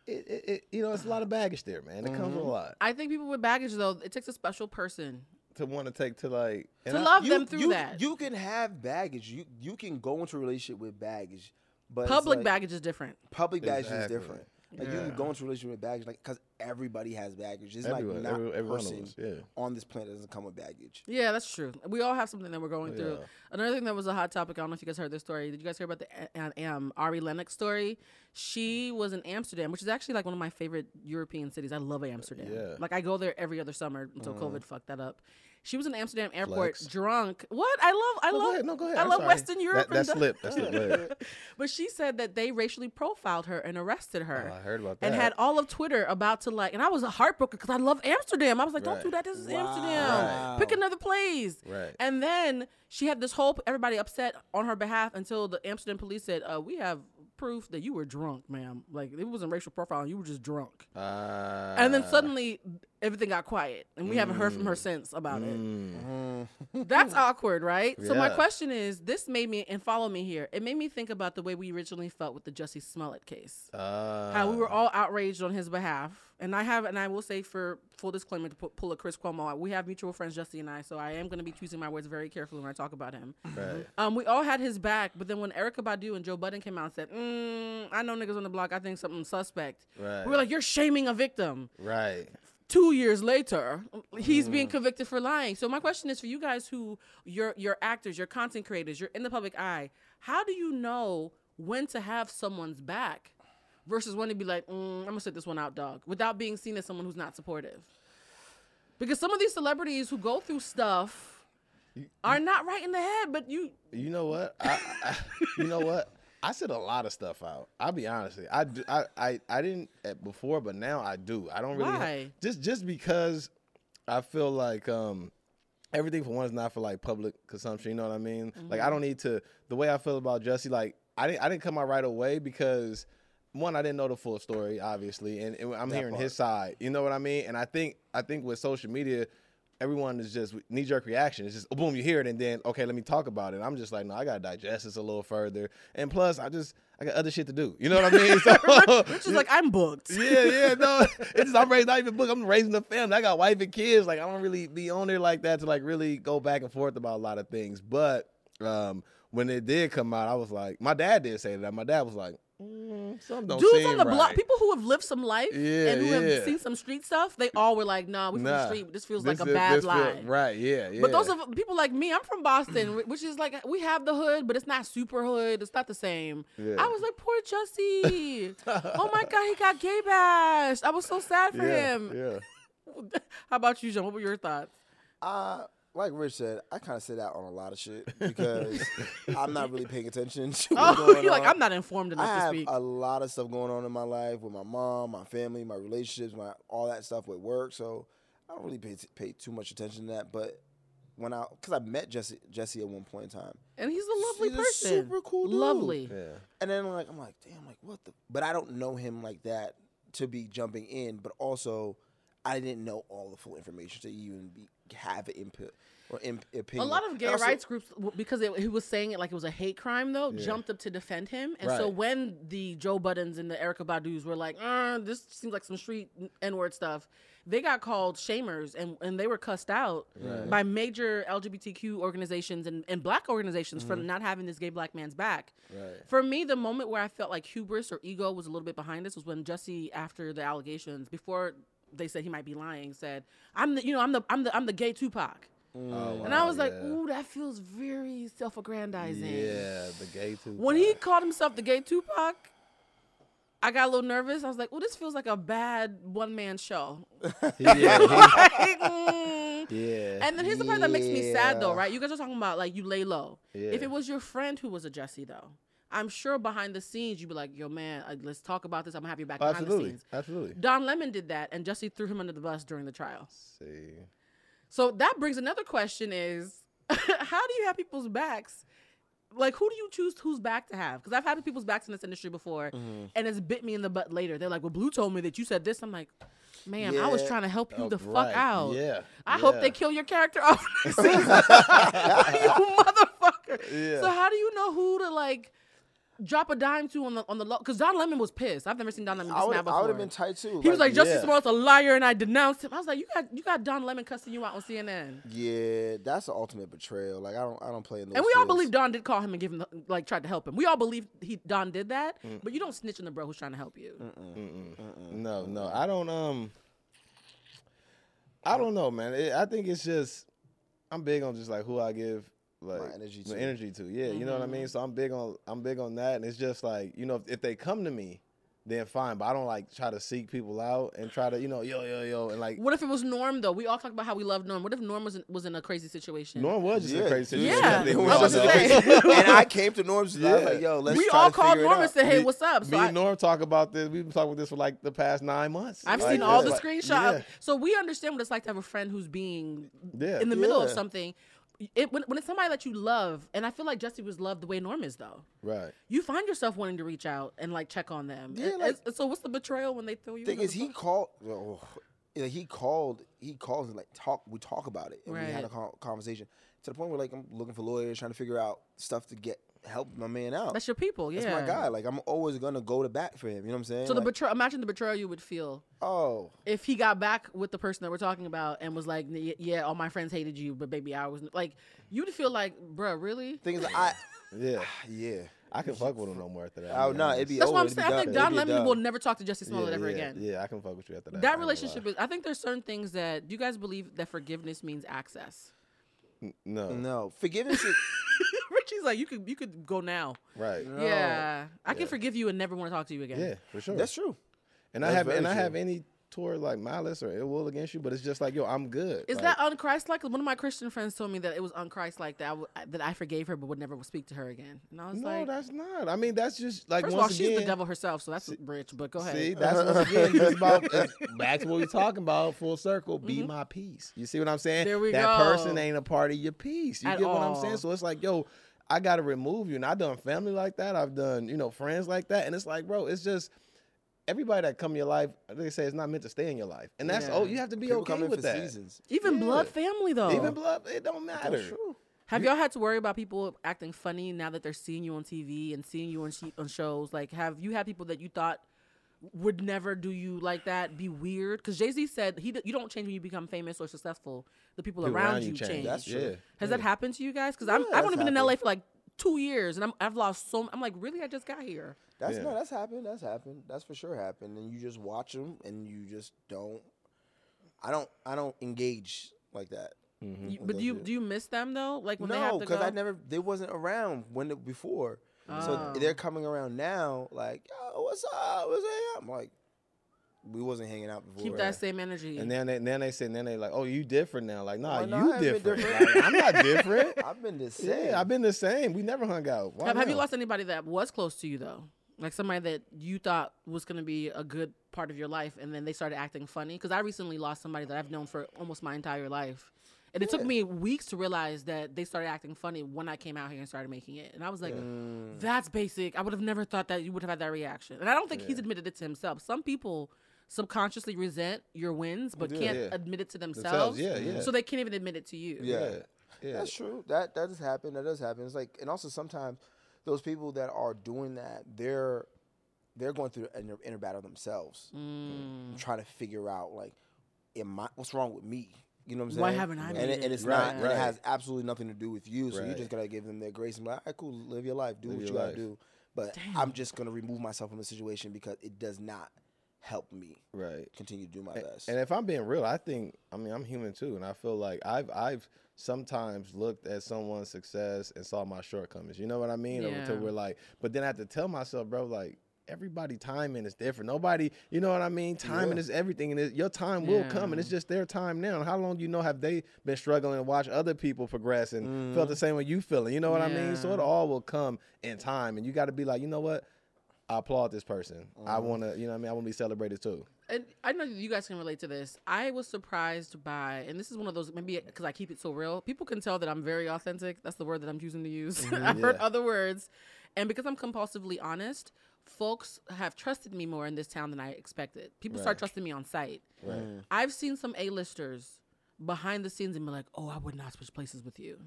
it, it, it, you know it's a lot of baggage there, man. It comes with a lot I think people with baggage though, it takes a special person to want to take to like and to I- love You- them through you- that. You can have baggage. You you can go into a relationship with baggage, but it's Public like- baggage is different. Public baggage Exactly. is different. Like you can go into a relationship with baggage, like because everybody has baggage. It's Everyone- like not every- every one of person us, yeah. on this planet doesn't come with baggage. Yeah, that's true. We all have something that we're going through. Another thing that was a hot topic. I don't know if you guys heard this story. Did you guys hear about the uh, um, Ari Lennox story? She was in Amsterdam, which is actually like one of my favorite European cities. I love Amsterdam. Yeah. Uh-huh. Like I go there every other summer until COVID fucked that up. She was in Amsterdam airport, Flex. drunk. What I love, I No, go love, ahead. No, go ahead. I I'm love sorry. Western Europe. That, that and slipped. That slipped. Go ahead. but she said that they racially profiled her and arrested her. Oh, I heard about And that. had all of Twitter about to like, and I was heartbroken because I love Amsterdam. I was like, don't Right. do that. This is Amsterdam. Pick another place. Right. And then she had this whole everybody upset on her behalf until the Amsterdam police said, uh, "We have proof that you were drunk, ma'am. Like it wasn't racial profiling. You were just drunk." Uh, and then suddenly everything got quiet and we haven't heard from her since about it that's awkward right so my Yeah. question is this made me and follow me here it made me think about the way we originally felt with the jesse smollett case uh, how we were all outraged on his behalf and i have and i will say for full disclaimer to pu- pull a chris cuomo we have mutual friends jesse and i so i am going to be choosing my words very carefully when i talk about him right. um, we all had his back, but then when Erica Badu and Joe Budden came out and said, mm, "I know niggas on the block, I think something suspect," Right. we were like, "You're shaming a victim." right. two years later, he's being convicted for lying. So my question is for you guys who your your actors, your content creators, you're in the public eye. How do you know when to have someone's back versus when to be like, mm, I'm gonna sit this one out, dog, without being seen as someone who's not supportive? Because some of these celebrities who go through stuff are not right in the head, but you You know what? I, I, you know what? I said a lot of stuff out. I'll be honest. with you. I do. I, I, I didn't at before, but now I do. I don't really ha- Why? just just because I feel like um, everything for one is not for like public consumption. You know what I mean? Like I don't need to. The way I feel about Jussie, like I didn't I didn't come out right away because one I didn't know the full story, obviously, and, and I'm hearing his side. You know what I mean? And I think I think with social media. Everyone is just knee jerk reaction. It's just boom, you hear it, and then okay, let me talk about it. I'm just like, no, I gotta digest this a little further. And plus, I just I got other shit to do. You know what I mean? So, Rich is like, I'm booked. yeah, yeah, no. It's just, I'm raising not even book. I'm raising a family. I got wife and kids. Like I don't really be on there like that to like really go back and forth about a lot of things. But um when it did come out, I was like, my dad did say that. My dad was like, mm, some don't Dudes seem on the right. block, people who have lived some life Yeah, and who yeah. have seen some street stuff, they all were like, "Nah, we from the Nah. street. This feels This like a is- bad this feel- line." right? Yeah, yeah. But those of people like me, I'm from Boston, wh- which is like we have the hood, but it's not super hood. It's not the same. Yeah. I was like, poor Jussie. oh my god, he got gay bashed. I was so sad for yeah, him. yeah. How about you, John? What were your thoughts? Uh, like Rich said, I kind of sit out on a lot of shit because I'm not really paying attention to what's Oh, going you're like, on. I'm not informed enough I to have speak. a lot of stuff going on in my life with my mom, my family, my relationships, my all that stuff with work. So I don't really pay, pay too much attention to that. But when I, because I met Jesse Jesse at one point in time, and he's a lovely He's a person. super cool dude. Lovely. and then like I'm like, damn, like what the? But I don't know him like that to be jumping in. But also, I didn't know all the full information to even be, have an input or imp, A opinion. lot of gay And also- rights groups, w- because it, he was saying it like it was a hate crime, though, jumped up to defend him. And so Right. when the Joe Buttons and the Erica Badu's were like, "Uh, "This seems like some street N word stuff," they got called shamers, and and they were cussed out by major LGBTQ organizations and, and black organizations for Mm-hmm. not having this gay black man's back. For me, the moment where I felt like hubris or ego was a little bit behind this was when Jesse, after the allegations, before they said he might be lying, said, "I'm the, you know, I'm the, I'm the, I'm the gay Tupac." And I was like, ooh, that feels very self aggrandizing. Yeah, the gay too. When he called himself the gay Tupac, I got a little nervous. I was like, well, this feels like a bad one man show. yeah, Like, mm. he- yeah. And then here's the part that makes me sad, though, right? You guys are talking about like you lay low. If Yeah. it was your friend who was a Jesse, though, I'm sure behind the scenes you'd be like, yo, man, uh, let's talk about this. I'm gonna have your back behind the absolutely, scenes. absolutely. Don Lemon did that, and Jesse threw him under the bus during the trial. See, So that brings another question is how do you have people's backs? Like who do you choose whose back to have? Because I've had people's backs in this industry before Mm-hmm. and it's bit me in the butt later. They're like, Well, Blue told me that you said this. I'm like, man, I was Yeah. trying to help you Oh, the right. fuck out. Yeah, I hope they yeah. kill your character off next season. you motherfucker. Yeah. So how do you know who to like drop a dime to on the on the low? Because Don Lemon was pissed. I've never seen Don Lemon I this mad would before. have been tight too. He was like, Justice yeah. Smalls a liar, and I denounced him. I was like, you got you got Don Lemon cussing you out on CNN, Yeah, that's the ultimate betrayal. Like I don't, I don't play in those. and we all fields. believe Don did call him and give him the, like tried to help him. We all believe he Don did that, but you don't snitch on the bro who's trying to help you. No, no, I don't. Um, I don't know, man. It, I think it's just I'm big on just like who I give like energy my to. energy to. Yeah, you know what I mean. So I'm big on I'm big on that, and it's just like you know if, if they come to me, then fine. But I don't like try to seek people out and try to you know yo yo yo and like What if it was Norm though? We all talk about how we love Norm. What if Norm was in, was in a crazy situation? Norm was just a Yeah, crazy dude. situation. Yeah, I think we I all was know. just saying. and I came to Norm's. I was like, yo, let's we try all to called figure it Norm and out. said, "Hey, Me- what's up?" So me I, and Norm talk about this. We've been talking about this for like the past nine months. I've Like, seen all the it's like- screenshots. Yeah. So we understand what it's like to have a friend who's being Yeah. in the middle of Yeah. something. It, when, when it's somebody that you love, and I feel like Jesse was loved the way Norm is though. Right. you find yourself wanting to reach out and like check on them. Yeah, And- like- and so what's the betrayal when they throw you? thing under is, the he bus? called. Oh, yeah, he called. He called and like talk. We talk about it, and we had a Right. con- conversation to the point where like I'm looking for lawyers, trying to figure out stuff to get help my man out. that's your people. Yeah, That's my guy. Like I'm always gonna go to bat for him. You know what I'm saying? So the Like, betrayal. Imagine the betrayal you would feel oh, if he got back with the person that we're talking about and was like, "Y- "Yeah, all my friends hated you, but baby, I was like." You'd feel like, bruh, really? thing is, I Yeah. yeah. I can fuck with him no more after that. Oh I'll be no, honest. it'd be. That's over. what I'm It'd be saying. I done. think It'd Don be Lemon done. will never talk to Jesse Smollett yeah, ever yeah, again. Yeah, I can fuck with you after that. I ain't That gonna lie. relationship is. I think there's certain things that do you guys believe that forgiveness means access. No, No, forgiveness. Is, Richie's like, you could you could go now. right. Yeah, I can forgive you and never want to talk to you again. Yeah, for sure. that's true. and I that's have very and I true. have any toward like malice or ill will against you, but it's just like, yo, I'm good. Is Like, that uh, unchristlike? One of my Christian friends told me that it was unchristlike that I w- that I forgave her but would never speak to her again. And I was no? like, that's not. I mean, that's just like first of all, once she's again, the devil herself, so that's rich. But go ahead. See, that's once again it's about it's back to what we're talking about. Full circle, be my peace. You see what I'm saying? Mm-hmm. There we that go. person ain't a part of your peace. You At get what I'm all. saying? So it's like, yo, I gotta remove you. And I've done family like that. I've done you know friends like that. And it's like, bro, it's just. Everybody that come in your life, they say it's not meant to stay in your life, and that's oh, you have to be People okay come in with for that. seasons. Even Yeah. blood family though. Even blood, it don't matter. Have y'all had to worry about people acting funny now that they're seeing you on TV and seeing you on she- on shows? Like, have you had people that you thought would never do you like that be weird? Because Jay Z said he d- you don't change when you become famous or successful. The people, around, you change. That's true. Yeah. Has that happened to you guys? Because I'm I've that's only been in happened. LA for like two years and I'm, I've lost so. m- I'm like, really? I just got here. That's Yeah. no, that's happened. That's happened. That's for sure happened. And you just watch them, and you just don't. I don't. I don't engage like that. Mm-hmm. You- but do you do you miss them though? Like when they have no, to because go. I never. They wasn't around when it, before. So Oh. they're coming around now. Like, yo, what's up? What's up? I'm like, we wasn't hanging out before. keep that same energy. And then they, then they say, then they like, oh, you different now. Like, nah, Well, no, I you haven't been different. different. Like, I'm not different. I've been the same. yeah, I've been the same. We never hung out. Why Have, have you now? lost anybody that was close to you though? Like somebody that you thought was going to be a good part of your life, and then they started acting funny. Because I recently lost somebody that I've known for almost my entire life, and it took me weeks to realize that they started acting funny when I came out here and started making it. And I was like, "That's basic. I would have never thought that you would have had that reaction." And I don't think he's admitted it to himself. Some people subconsciously resent your wins, but can't yeah. admit it to themselves. Themselves, yeah, yeah. So they can't even admit it to you. Yeah. Yeah. That's true. That that does happen. That does happen. It's like and also sometimes those people that are doing that, they're they're going through an inner, inner battle themselves. Mm. And trying to figure out like am I what's wrong with me? You know what I'm saying? Why haven't I And, made it- and it? it's Right, not and right. it has absolutely nothing to do with you. So you Right. just gotta give them their grace and be like, all right, cool, live your life, do what your you gotta life. do. But I'm just gonna remove myself from the situation because it does not help me Right. continue to do my best. And if I'm being real, I think I mean I'm human too, and I feel like I've I've sometimes looked at someone's success and saw my shortcomings. You know what I mean? Or Until Yeah. we're like, but then I have to tell myself, bro, like everybody timing is different. Nobody, you know what I mean? Timing is everything, and it, your time will come, and it's just their time now. And how long you know have they been struggling to watch other people progress and felt the same way you feeling? You know what I mean? So it all will come in time, and you got to be like, you know what? I applaud this person. I want to, you know what I mean? I want to be celebrated too. and I know that you guys can relate to this. I was surprised by, and this is one of those maybe because I keep it so real. People can tell that I'm very authentic. That's the word that I'm choosing to use. I've heard other words, and because I'm compulsively honest, folks have trusted me more in this town than I expected. People start trusting me on site. I've seen some A-listers behind the scenes and be like, "Oh, I would not switch places with you."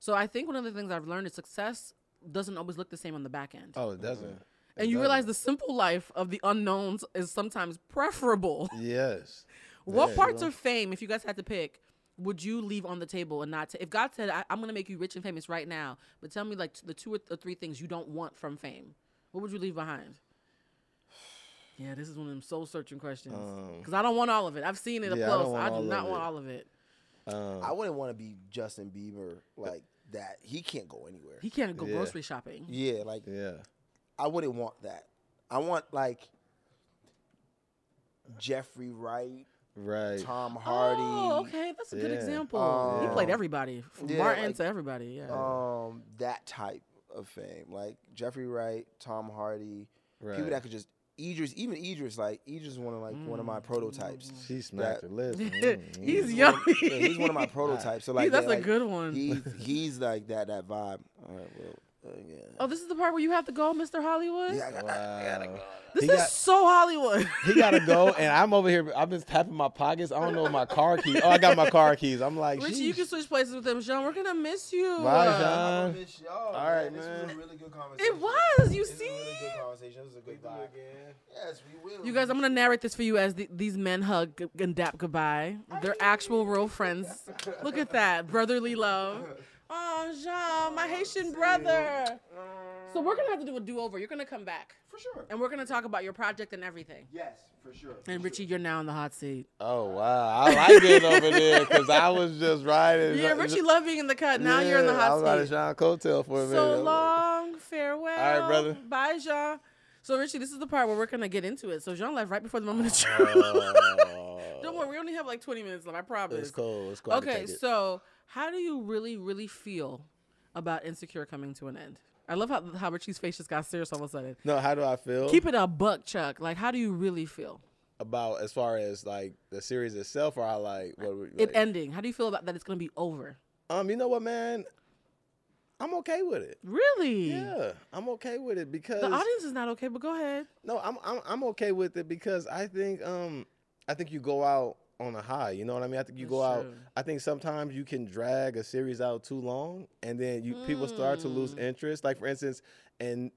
So I think one of the things I've learned is success doesn't always look the same on the back end Oh, it doesn't. and you realize the simple life of the unknowns is sometimes preferable. Yes. what parts of fame, if you guys had to pick, would you leave on the table and not? ta- if God said, I- "I'm going to make you rich and famous right now," but tell me like t- the two or, th- or three things you don't want from fame, what would you leave behind? Yeah, this is one of them soul searching questions because I don't want all of it. I've seen it up yeah, I don't close. want I, all do of not it. want all of it. I wouldn't want to be Justin Bieber like that. He can't go anywhere. He can't go grocery shopping. Yeah, like Yeah. I wouldn't want that. I want like Jeffrey Wright, Right. Tom Hardy, Oh, okay, that's a good Yeah. example. he played everybody from Yeah, Martin like, to everybody. Yeah. um, that type of fame. Like Jeffrey Wright, Tom Hardy, people Right. that could just Idris, even Idris, like Idris, is one of like one of my prototypes. She smacked her lips. he's young. Yeah, he's one of my prototypes. So like, that's yeah, a like, good one. He's he's like that that vibe. All right, well, uh, yeah. Oh, this is the part where you have to go, Mr. Hollywood? Yeah, I got- This He is got- so Hollywood. He gotta go, and I'm over here. I've been tapping my pockets. I don't know my car keys. Oh, I got my car keys. I'm like, Richie, you sheesh. can switch places with him, Sean. We're gonna miss you. Bye, Uh, Sean. All right, This was man. a really good conversation. It was, you This was a really see. good conversation. It was a good vibe. Yes, we will. You guys, I'm gonna narrate this for you as the, these men hug g- and dap goodbye. They're actual real friends. Look at that brotherly love. Oh, Jean, my Haitian brother. So we're gonna have to do a do-over. You're gonna come back, For sure. and we're gonna talk about your project and everything. Yes, for sure. And Richie, you're now in the hot seat. Oh wow, I like it over there because I was just riding. Yeah, Richie, love being in the cut. Now you're in the Yeah, I was hot riding seat. Sean Coattail for a minute. So long, farewell. All right, brother. Bye, Jean. So Richie, this is the part where we're gonna get into it. So Jean left right before the moment of truth. Don't worry, we only have like 20 minutes left. I promise. Oh. It's cool. It's cool. I can Okay, take it. so how do you really, really feel about Insecure coming to an end? I love how how Richie's face just got serious all of a sudden. no, how do I feel Keep it a buck, Chuck. Like, how do you really feel? about as far as like the series itself, or I like what we- It like- ending. How do you feel about that? It's gonna be over. Um, you know what, man? I'm okay with it. Really? Yeah, I'm okay with it because The audience is not okay, but go ahead. No, I'm I'm I'm okay with it because I think um I think you go out on a high. You know what I mean? I think you go out. true. I think sometimes you can drag a series out too long, and then you people start to Hmm. lose interest. Like for instance, and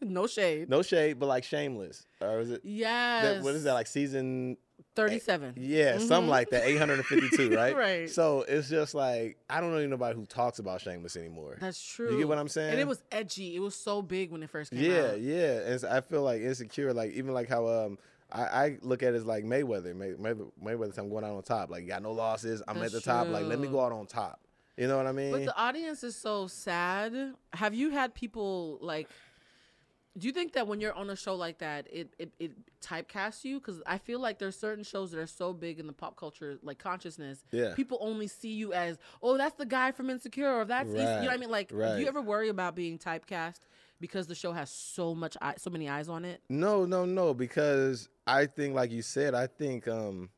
No shade. no shade, but like Shameless, or is it? Yes. That, what is that like season? 37. Yeah, something like that. 852, right? Right. So it's just like I don't know anybody who talks about Shameless anymore. That's true. You get what I'm And it saying? was edgy. It was so big when it first came yeah, out. yeah. It's, I feel like insecure, like even like how um I, I look at it as like Mayweather. May, Mayweather Mayweather's I'm going out on top. Like got no losses. I'm That's at the top. Like let me true. go out on top. You know what I mean? But the audience is so sad. Have you had people like? Do you think that when you're on a show like that, it it, it typecasts you? Because I feel like there's certain shows that are so big in the pop culture, like consciousness. Yeah. People only see you as, oh, that's the guy from Insecure, or that's Issa." you know what I Right, mean. Like, do right. you ever worry about being typecast because the show has so much, eye, so many eyes on it? no, no, no. Because I think like you said, I think um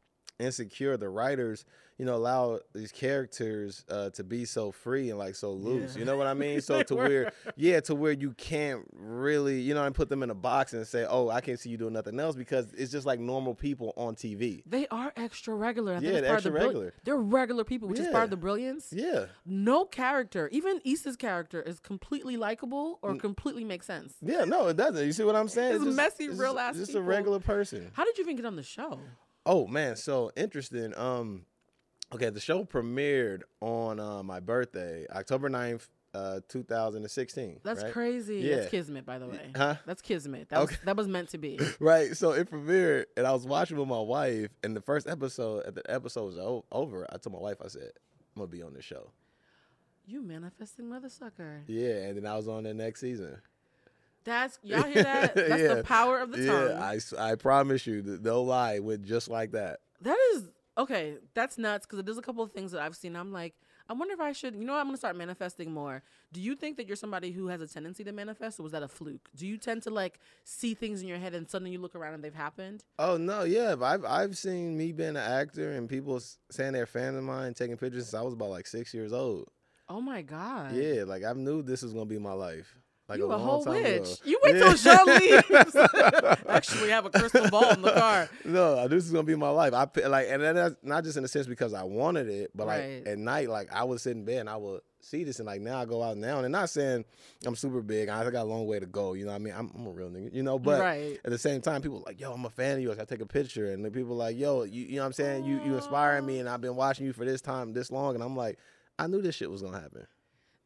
insecure the writers you know allow these characters uh to be so free and like so loose you know what i mean so to where yeah to where you can't really you know and put them in a box and say oh i can't see you doing nothing else because it's just like normal people on tv They are extra regular. I think Yeah, it's they're part of the extra brill- regular. They're regular people, which is part of Yeah. the brilliance. Yeah. no character, even Issa's character, is completely likable Mm. or completely makes sense. Yeah, no, it doesn't. You see what I'm saying? It's messy, it's real just- ass Just people. a regular person. How did you even get on the show? Oh man, so interesting. Um, okay, the show premiered on uh, my birthday, October 9th, uh, 2016. That's right? crazy. Yeah. That's kismet, by the way. Huh? That's kismet. That was that was meant to be. Right, so it premiered, and I was watching with my wife. And the first episode, at the episode was o- over, I told my wife, I said, "I'm gonna be on this show." You manifesting mother sucker. Yeah, and then I was on the next season. That's y'all hear that? That's the power of the tongue. Yeah, I, s- I promise you, th- no lie, it went just like that. That is okay. That's nuts because there's a couple of things that I've seen. I'm like, I wonder if I should. You know, what, I'm gonna start manifesting more. Do you think that you're somebody who has a tendency to manifest, or was that a fluke? Do you tend to like see things in your head and suddenly you look around and they've happened? Oh no, yeah, but I've I've seen me being an actor and people s- saying they're fans of mine, taking pictures since I was about like six years old. Oh my god. Yeah, like I knew this was gonna be my life. Like you a, long whole time witch. ago. You wait till Jean leaves. Actually, I have a crystal ball in the car. No, this is gonna be my life. I pi- like, and that's not just in a sense because I wanted it, but Right. like at night, like I would sit in bed and I would see this, and like now I go out now, and not saying I'm super big. I got a long way to go. You know what I mean? I'm, I'm a real nigga, you know. But Right. at the same time, people like, yo, I'm a fan of yours. I take a picture, and the people like, yo, you, you know what I'm saying? You you inspiring Oh. me, and I've been watching you for this time, this long, and I'm like, I knew this shit was gonna happen.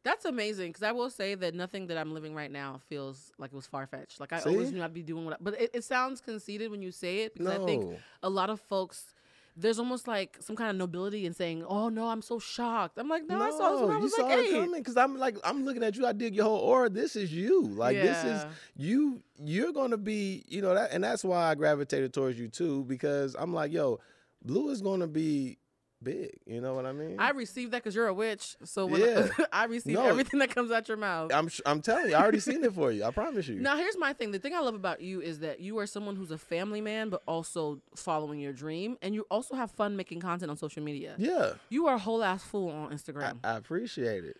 That's amazing because I will say that nothing that I'm living right now feels like it was far fetched. Like I always See? knew I'd be doing what. I, but it, it sounds conceited when you say it because I think No. a lot of folks. There's almost like some kind of nobility in saying, "Oh no, I'm so shocked." I'm like, "No, I saw this when I you was saw like it eight. coming because I'm like I'm looking at you. I dig your whole aura. This is you. Like this is Yeah. you. You're gonna be you know that, and that's why I gravitated towards you too because I'm like yo, blue is gonna be big. You know what I mean? I received that because you're a witch, so when Yeah. I receive No. everything that comes out your mouth. I'm sh- I'm telling you, I already seen it for you. I promise you. Now, here's my thing. The thing I love about you is that you are someone who's a family man, but also following your dream, and you also have fun making content on social media. Yeah, You are a whole ass fool on I, Instagram. I appreciate it.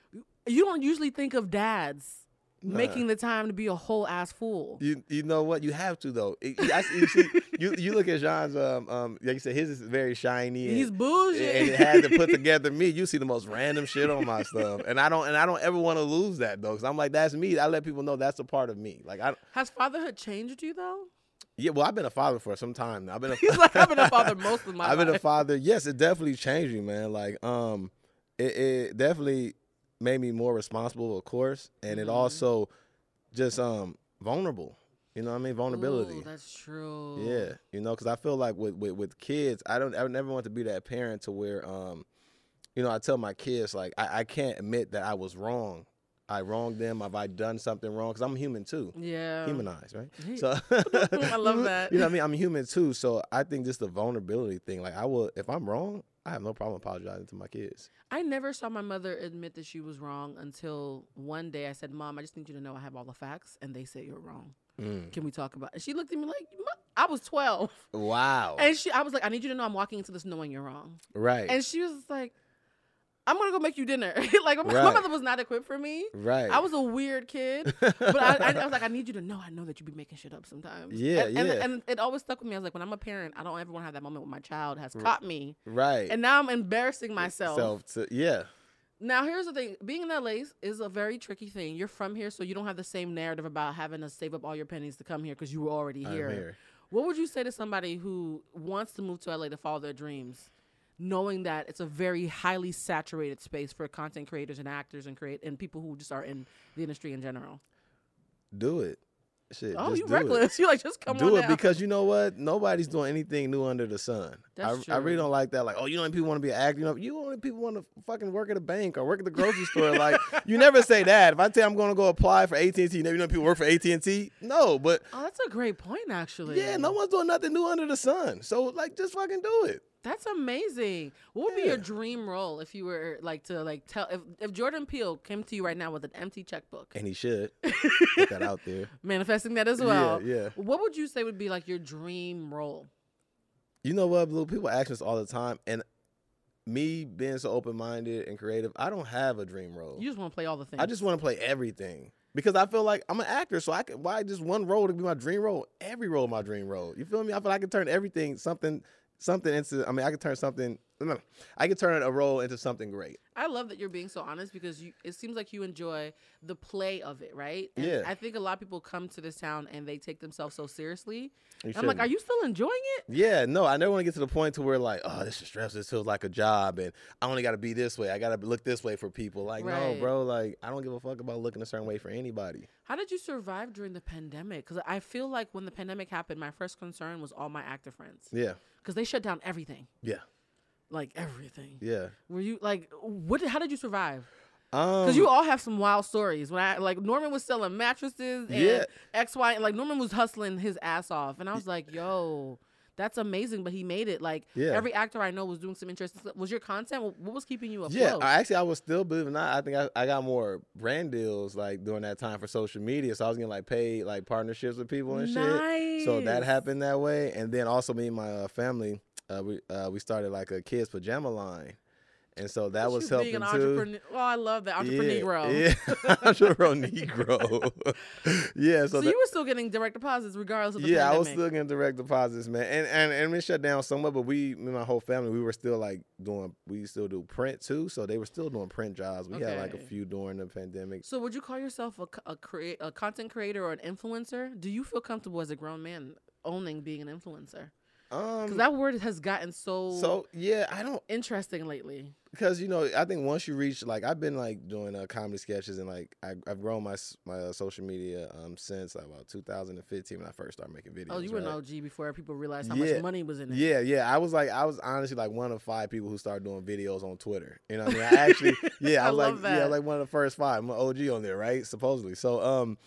you don't usually think of dads making the time to be a whole ass fool. You you know what? You have to though. It- I see- you, see, you you look at John's um um like you said his is very shiny. and- He's bougie. And it had to put together me. You see the most random shit on my stuff, and I don't and I don't ever want to lose that though, because I'm like that's me. I let people know that's a part of me. Like I Has fatherhood changed you though? yeah. Well, I've been a father for some time now. I've been a He's like, I've been a father most of my I've life. been a father. Yes, it definitely changed me, man. Like, um, it, it definitely made me more responsible, of course, and Mm-hmm. it also just um vulnerable. You know what I mean? Vulnerability. Ooh, that's true. Yeah, you know, because I feel like with, with with kids, I don't, I would never want to be that parent to where, um, you know, I tell my kids like I, I can't admit that I was wrong I wronged them? Have I done something wrong? Because I'm human too. Yeah. Humanized, right? So I love that. You know what I mean? I'm human too. So I think just the vulnerability thing. Like I will, if I'm wrong, I have no problem apologizing to my kids. I never saw my mother admit that she was wrong until one day I said, "Mom, I just need you to know I have all the facts," and they said you're wrong. Mm. Can we talk about? It? And she looked at me like "Mo- I was 12, Wow. and she I was like, "I need you to know I'm walking into this knowing you're wrong," right. and she was like. I'm gonna go make you dinner. like my, my Right. mother was not equipped for me. Right. I was a weird kid, but I, I, I was like, I need you to know. I know that you be making shit up sometimes. Yeah, and, and- yeah. And, it always stuck with me. I was like, when I'm a parent, I don't ever want to have that moment when my child has caught me. right. And now I'm embarrassing myself. Self to, yeah. Now here's the thing: being in LA is- is a very tricky thing. You're from here, so you don't have the same narrative about having to save up all your pennies to come here because you were already here. here. What would you say to somebody who wants to move to LA to follow their dreams, knowing that it's a very highly saturated space for content creators and actors and create and people who just are in the industry in general? Do it. Shit. Oh, just you do It. reckless! You like just come on do it down. because you know what? Nobody's doing anything new under the sun. That's I, I really true. don't like that. Like, oh, you know, people want to be an actor. You know, you only people want to fucking work at a bank or work at the grocery store. Like, you never say that. If I tell you I'm going to go apply for AT and T, you know, you know, people work for AT and T. No, but oh, that's a great point, actually. yeah, no one's doing nothing new under the sun. So, like, just fucking do it. That's amazing. What would be your dream role if you were like to like tell if, if Jordan Peele came to you right now with an empty checkbook, And he should get that out there. manifesting that as well? yeah. What would you say would be like your dream role? You know what, Blue? People ask us all the time, and me being so open minded and creative, I don't have a dream role. You just want to play all the things. I just want to play everything because I feel like I'm an actor, so I could why just one role to be my dream role? Every role my dream role. You feel me? I feel like I could turn everything something something into. I mean, I could turn something. I could turn a role into something great. I love that you're being so honest because you, it seems like you enjoy the play of it, right? And Yeah. I think a lot of people come to this town and they take themselves so seriously. I'm shouldn't. like, are you still enjoying it? Yeah, no, I never want to get to the point to where like, oh, this is stressful. This feels like a job, and I only got to be this way. I got to look this way for people. Like, Right. no, bro, like I don't give a fuck about looking a certain way for anybody. How did you survive during the pandemic? Because I feel like when the pandemic happened, my first concern was all my actor friends Yeah, because they shut down everything, yeah, like everything. yeah. Were you like what? How did you survive? Um, Because you all have some wild stories. When I like Norman was selling mattresses and Yeah. X Y, and like Norman was hustling his ass off, and I was like, yo. That's amazing, but he made it. Like Yeah. every actor I know was doing some interesting stuff. Was your content? wh- What was keeping you afloat? Yeah, I actually, I was still believe it or not. I think I, I got more brand deals like during that time for social media, so I was getting like paid like partnerships with people and shit. So that Nice. happened that way, and then also me and my uh, family, uh, we uh, we started like a kids pajama line, and so that You was being helping an too. entrepreneur. Oh, I love that Yeah, entrepreneur. Yeah, entrepreneur Negro. yeah, so, So, that, you were still getting direct deposits regardless of the yeah, I was pandemic. still getting direct deposits, man, and and and it shut down somewhat, but we, me and my whole family, we were still like doing, we still do print too, so they were still doing print jobs. We had like a Okay. few during the pandemic. So would you call yourself a c- a, create a content creator or an influencer? Do you feel comfortable as a grown man owning being an influencer? Because Um, that word has gotten so, so yeah, I don't interesting lately. because you know I think once you reach like I've been like doing uh, comedy sketches and like I, I've grown my s- my uh, social media um since like about 2015 when I first started making videos. Oh, you were right? an OG before people realized how Yeah. much money was in it. Yeah, yeah. I was like, I was honestly like one of five people who started doing videos on Twitter. You know, what I mean, I actually, yeah, I, I was love like, yeah, that. like one of the first five. I'm an OG on there, right? Supposedly. So, um,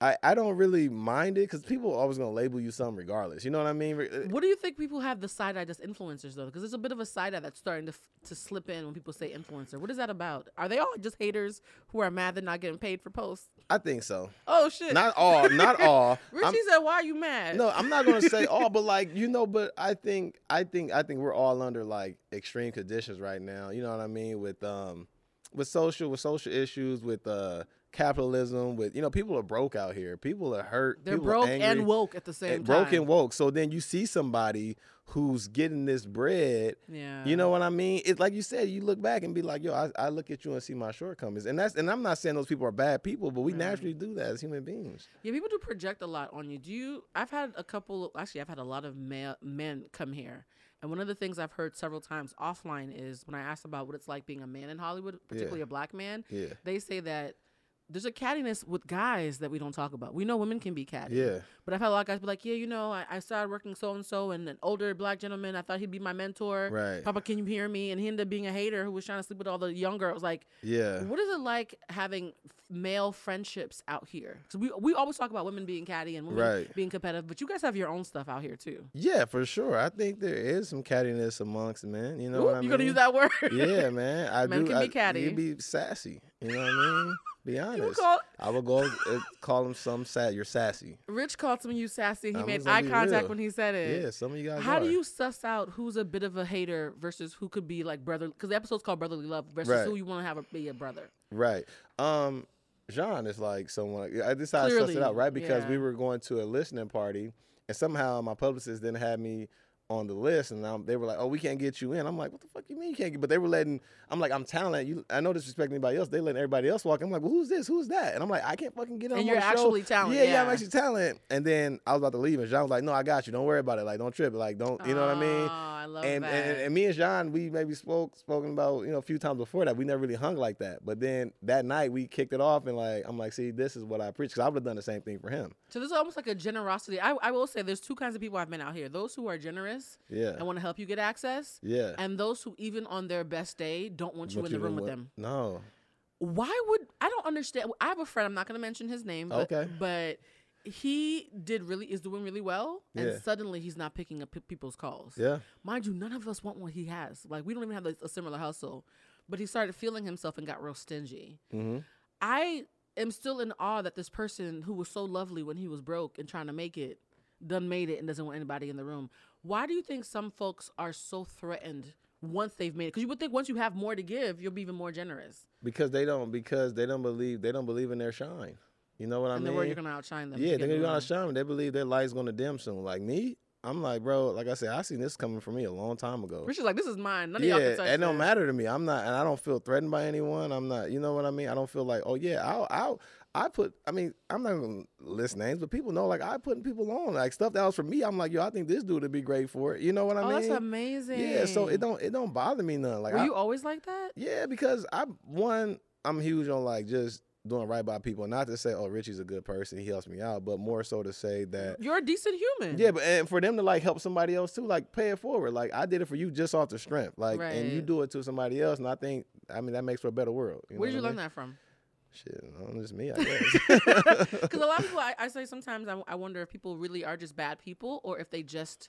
I I don't really mind it because people are always gonna label you something regardless. You know what I mean? Re- What do you think people have the side eye just influencers though? Because there's a bit of a side eye that's starting to f- to slip in when people say influencer. What is that about? Are they all just haters who are mad they're not getting paid for posts? I think so. Oh shit! Not all. Not all. Richie I'm- said, "Why are you mad?" No, I'm not gonna say all, but like you know, but I think I think I think we're all under like extreme conditions right now. You know what I mean with um with social with social issues with uh capitalism with you know people are broke out here. People are hurt. they're people are broke angry, and woke at the same and time. Broke and woke. So then you see somebody who's getting this bread. Yeah. You know what I mean? It's like you said, you look back and be like, yo, I, I look at you and see my shortcomings. And that's and I'm not saying those people are bad people, but we naturally do that as human beings. Yeah, people do project a lot on you. Do you? I've had a couple. Actually, I've had a lot of ma- men come here, and one of the things I've heard several times offline is when I asked about what it's like being a man in Hollywood, particularly a black man. Yeah. They say that there's a cattiness with guys that we don't talk about. We know women can be catty. Yeah. But I've had a lot of guys be like, yeah, you know, I, I started working so and so, and an older black gentleman, I thought he'd be my mentor. Right. Papa, can you hear me? And he ended up being a hater who was trying to sleep with all the young girls. Like, Yeah. What is it like having f- male friendships out here? 'Cause we we always talk about women being catty and women Right. being competitive, but you guys have your own stuff out here too. Yeah, for sure. I think there is some cattiness amongst men. You know Ooh, what I mean? you gonna use that word? Yeah, man. I Men do. can be I- catty. You be sassy. You know what I mean? Be honest. call- I would go uh, call him some sass. You're sassy. Rich called some you sassy. He I'm made just gonna eye be contact real. when he said it. Yeah, some of you guys. How are. do you suss out who's a bit of a hater versus who could be like brother? Because the episode's called Brotherly Love versus Right. who you want to have a, be a brother. Right. Um, Jean is like someone. I this is how I sussed Clearly, it out, right? Because we yeah. were going to a listening party, and somehow my publicist didn't have me on the list, and i they were like, "Oh, we can't get you in." I'm like, "What the fuck you mean you can't get?" But they were letting. I'm like, "I'm talented." You, I know disrespect anybody else. They letting everybody else walk. I'm like, "Well, who's this? Who's that?" And I'm like, "I can't fucking get on." And my you're show." actually talented, Yeah, yeah, I'm yeah. actually talent. And then I was about to leave, and Jean was like, "No, I got you. Don't worry about it. Like, don't trip. Like, don't. You know what I mean?" Oh, I love and, that. and and me and John, we maybe spoke spoken about you know a few times before that. We never really hung like that. But then that night we kicked it off, and like I'm like, see, this is what I preach. Because I would have done the same thing for him. So there's almost like a generosity. I, I will say there's two kinds of people I've met out here. Those who are generous Yeah. and want to help you get access. Yeah. And those who even on their best day don't want you in What the you room done with what- them. No. Why would I don't understand I have a friend, I'm not gonna mention his name, but Okay. but he did really is doing really well and Yeah. suddenly he's not picking up pe- people's calls. Yeah. Mind you, none of us want what he has. Like we don't even have like, a similar hustle. But he started feeling himself and got real stingy. Mm-hmm. I am still in awe that this person who was so lovely when he was broke and trying to make it, done made it and doesn't want anybody in the room. Why do you think some folks are so threatened once they've made it? Because you would think once you have more to give, you'll be even more generous. Because they don't. Because they don't believe. They don't believe in their shine. You know what I And mean? the word you're gonna outshine them. Yeah, to they're get gonna be along. on a show and they believe their light's gonna dim soon. Like me, I'm like, bro, like I said, I seen this coming from me a long time ago. Rich is like, this is mine. None of y'all yeah, can touch it don't this." matter to me. I'm not, and I don't feel threatened by anyone. I'm not, you know what I mean. I don't feel like, oh yeah, I'll, I'll, I put. I mean, I'm not gonna list names, but people know, like, I putting people on, like stuff that was for me. I'm like, yo, I think this dude would be great for it. You know what I Oh, mean? that's amazing. Yeah, so it don't, it don't bother me none. Like, Were I, you always like that? yeah, because I one, I'm huge on like just doing right by people. Not to say, oh, Richie's a good person, he helps me out, but more so to say that You're a decent human. yeah, but and for them to like help somebody else too, like pay it forward. Like I did it for you just off the strength, like and you Right. do it to somebody else, and I think I mean that makes for a better world. Where did you learn that from? Shit, I don't know, just me, I guess. Because a lot of people, I, I say sometimes I, I wonder if people really are just bad people or if they just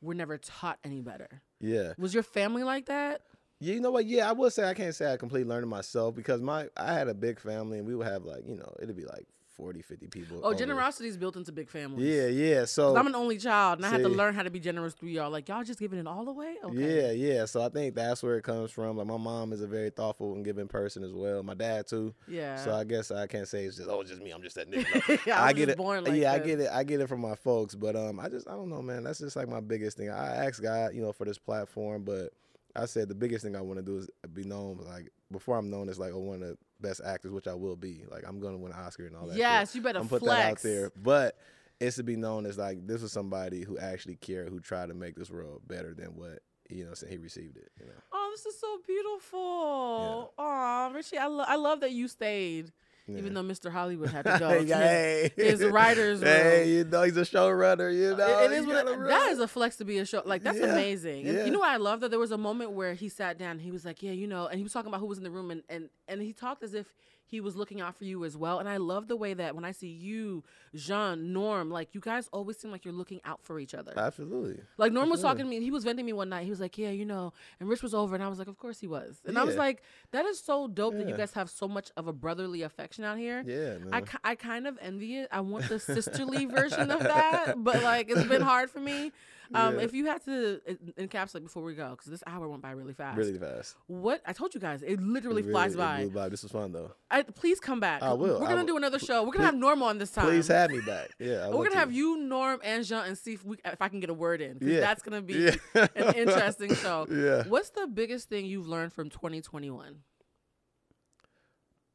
were never taught any better. yeah. Was your family like that? Yeah, you know what? Yeah, I will say I can't say I completely learned it myself because my I had a big family and we would have like you know it'd be like 40, 50 people. Oh, over. generosity is built into big families. Yeah, yeah. So 'Cause I'm an only child and I had to See. learn how to be generous through y'all. Like, y'all just giving it all away? Okay. Yeah, yeah. So I think that's where it comes from. Like my mom is a very thoughtful and giving person as well. My dad too. So Yeah. I guess I can't say it's just oh, it's just me. I'm just that nigga. Yeah, I was get just it. born like yeah, I this. get it. I get it from my folks, but um, I just I don't know, man. That's just like my biggest thing. I asked God, you know, for this platform, but I said the biggest thing I want to do is be known. Like before I'm known as like oh, one of the best actors, which I will be. Like I'm gonna win an Oscar and all that. shit. Yes, you better I'm put that out flex. there, but. It's to be known as like this was somebody who actually cared, who tried to make this world better than what you know. Saying he received it, you know. Oh, this is so beautiful. Aw, Richie, I, lo- I love that you stayed, even though Mr. Hollywood had to go. to his- hey, his writers Hey, room. you know he's a showrunner. You know It- it you is what gotta it- that run. is a flex to be a show. Like that's Yeah, amazing. And yeah. you know what I love that there was a moment where he sat down. And he was like, "Yeah, you know," and he was talking about who was in the room, and and and he talked as if he was looking out for you as well. And I love the way that when I see you, Jean, Norm, like you guys always seem like you're looking out for each other. Absolutely. Like Norm was talking to me, and he was venting me one night. He was like, "Yeah, you know," and Rich was over, and I was like, "Of course he was." And I was Yeah. like, "That is so dope that you Yeah. guys have so much of a brotherly affection out here." Yeah, I, man. ki- I kind of envy it. I want the sisterly version of that, but like it's been hard for me. Um, If you had to en- encapsulate before we go, because this hour went by really fast. Really fast. What I told you guys, it literally flies it by. blew This was fun though. I, please come back. I will. We're I gonna will. do another show. We're gonna have Norm on this time. Please have me back. Yeah, I Um, We're want gonna to. have you, Norm, and Jean, and see if we if I can get a word in. 'cause Yeah. That's gonna be Yeah. an interesting show. Yeah. What's the biggest thing you've learned from 2021?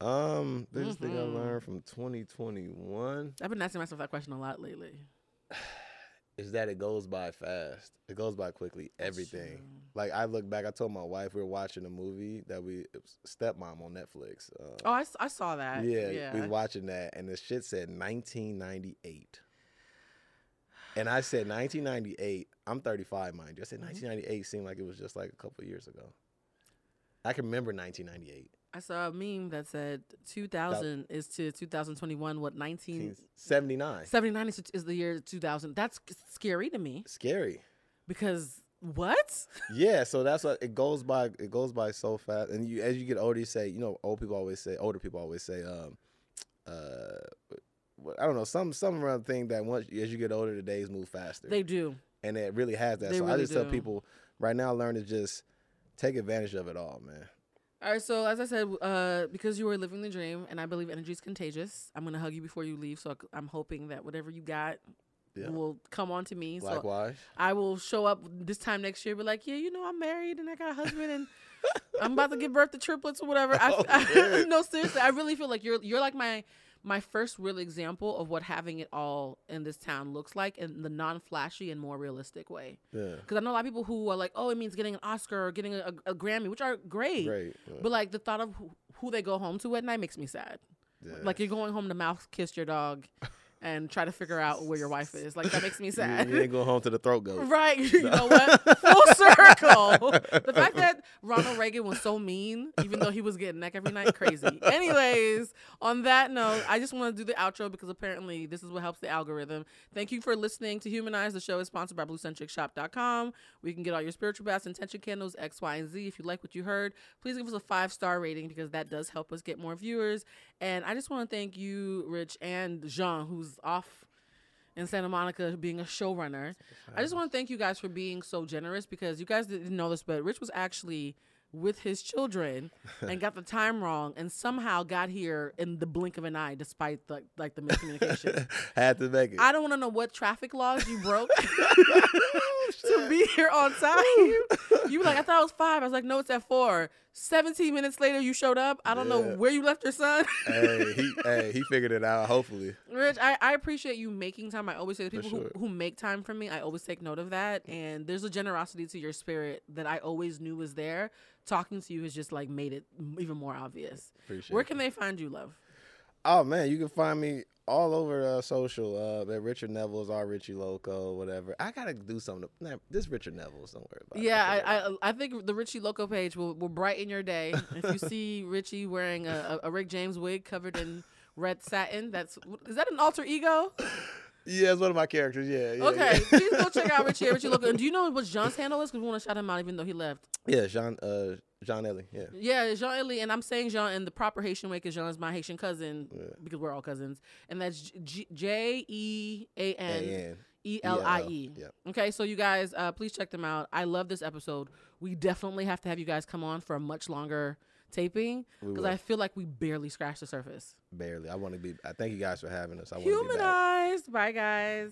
Um, this thing I Mm-hmm. learned from 2021. I've been asking myself that question a lot lately. is that it goes by fast. It goes by quickly. Everything. Like I look back, I told my wife we were watching a movie that we it was Stepmom on Netflix. Uh, Oh, I, s- I saw that. yeah, we yeah. was watching that, and the shit said 1998. And I said 1998. I'm 35, mind you. I said Mm-hmm. 1998 seemed like it was just like a couple years ago. I can remember 1998. I saw a meme that said 2000 is to 2021 what 1979 79. is, to- is the year 2000. That's c- scary to me Scary. because what? Yeah, so that's what it goes by. It goes by so fast, and you as you get older, you say, you know, old people always say, older people always say, um, uh, what- I don't know, some some around thing that once as you get older, the days move faster, They do. and it really has that. they so I really just do. tell people right now, learn to just take advantage of it all, man. All right, so as I said, uh, because you were living the dream, and I believe energy is contagious, I'm gonna hug you before you leave. So I c- I'm hoping that whatever you got Yeah. will come on to me. So Likewise, I will show up this time next year, be like, yeah, you know, I'm married and I got a husband and I'm about to give birth to triplets or whatever. I, I, no, seriously, I really feel like you're you're like my my first real example of what having it all in this town looks like in the non-flashy and more realistic way. Yeah. Because I know a lot of people who are like, oh, it means getting an Oscar or getting a, a Grammy, which are great. Great, yeah. But like the thought of who, who they go home to at night makes me sad. Like you're going home to mouth kiss your dog. And try to figure out where your wife is. Like that makes me sad. you ain't going home to the throat goat. Right. You know what? Full circle. The fact that Ronald Reagan was so mean, even though he was getting neck every night, crazy. Anyways, on that note, I just want to do the outro because apparently this is what helps the algorithm. Thank you for listening to Humanize. The show is sponsored by BlueCentricShop.com. We can get all your spiritual baths, intention candles, X, Y, and Z. If you like what you heard, please give us a five star rating because that does help us get more viewers. And I just want to thank you, Rich and Jean, who's off in Santa Monica being a showrunner. I just want to thank you guys for being so generous because you guys didn't know this, but Rich was actually with his children and got the time wrong and somehow got here in the blink of an eye despite the, like the miscommunication. Had to make it. I don't want to know what traffic laws you broke to be here on time. you were like, I thought it was five. I was like, no, it's at four. 17 minutes later, you showed up. I don't know Yeah. where you left your son. hey, he, hey, he figured it out. Hopefully, Rich, I, I appreciate you making time. I always say to people sure. who, who make time for me, I always take note of that. And there's a generosity to your spirit that I always knew was there. Talking to you has just like made it m- even more obvious. Appreciate Where it. can they find you, love? Oh man, you can find me all over uh, social uh, at Richard Neville's, R Richie Loco, whatever. I gotta do something. To, nah, this Richard Neville's, don't worry about Yeah, it. I, I I think the Richie Loco page will, will brighten your day. If you see Richie wearing a, a, a Rick James wig covered in red satin, that's is that an alter ego? yeah, it's one of my characters. Yeah, yeah Okay, yeah. please go check out Richie at Richie Loco. And do you know what John's handle is? Because we want to shout him out, even though he left. yeah, Jean, uh, John Ellie. Yeah, Yeah, Jean Ellie, and I'm saying Jean in the proper Haitian way because Jean is my Haitian cousin because we're all cousins, and that's J- J E A N A-N. E L I E. Yeah. Okay, so you guys, uh, please check them out. I love this episode. We definitely have to have you guys come on for a much longer taping because I feel like we barely scratched the surface. barely. I want to be. I thank you guys for having us. I want to be back. Humanized. Bye, guys.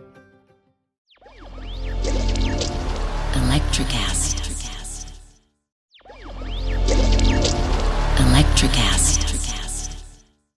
Electric acid.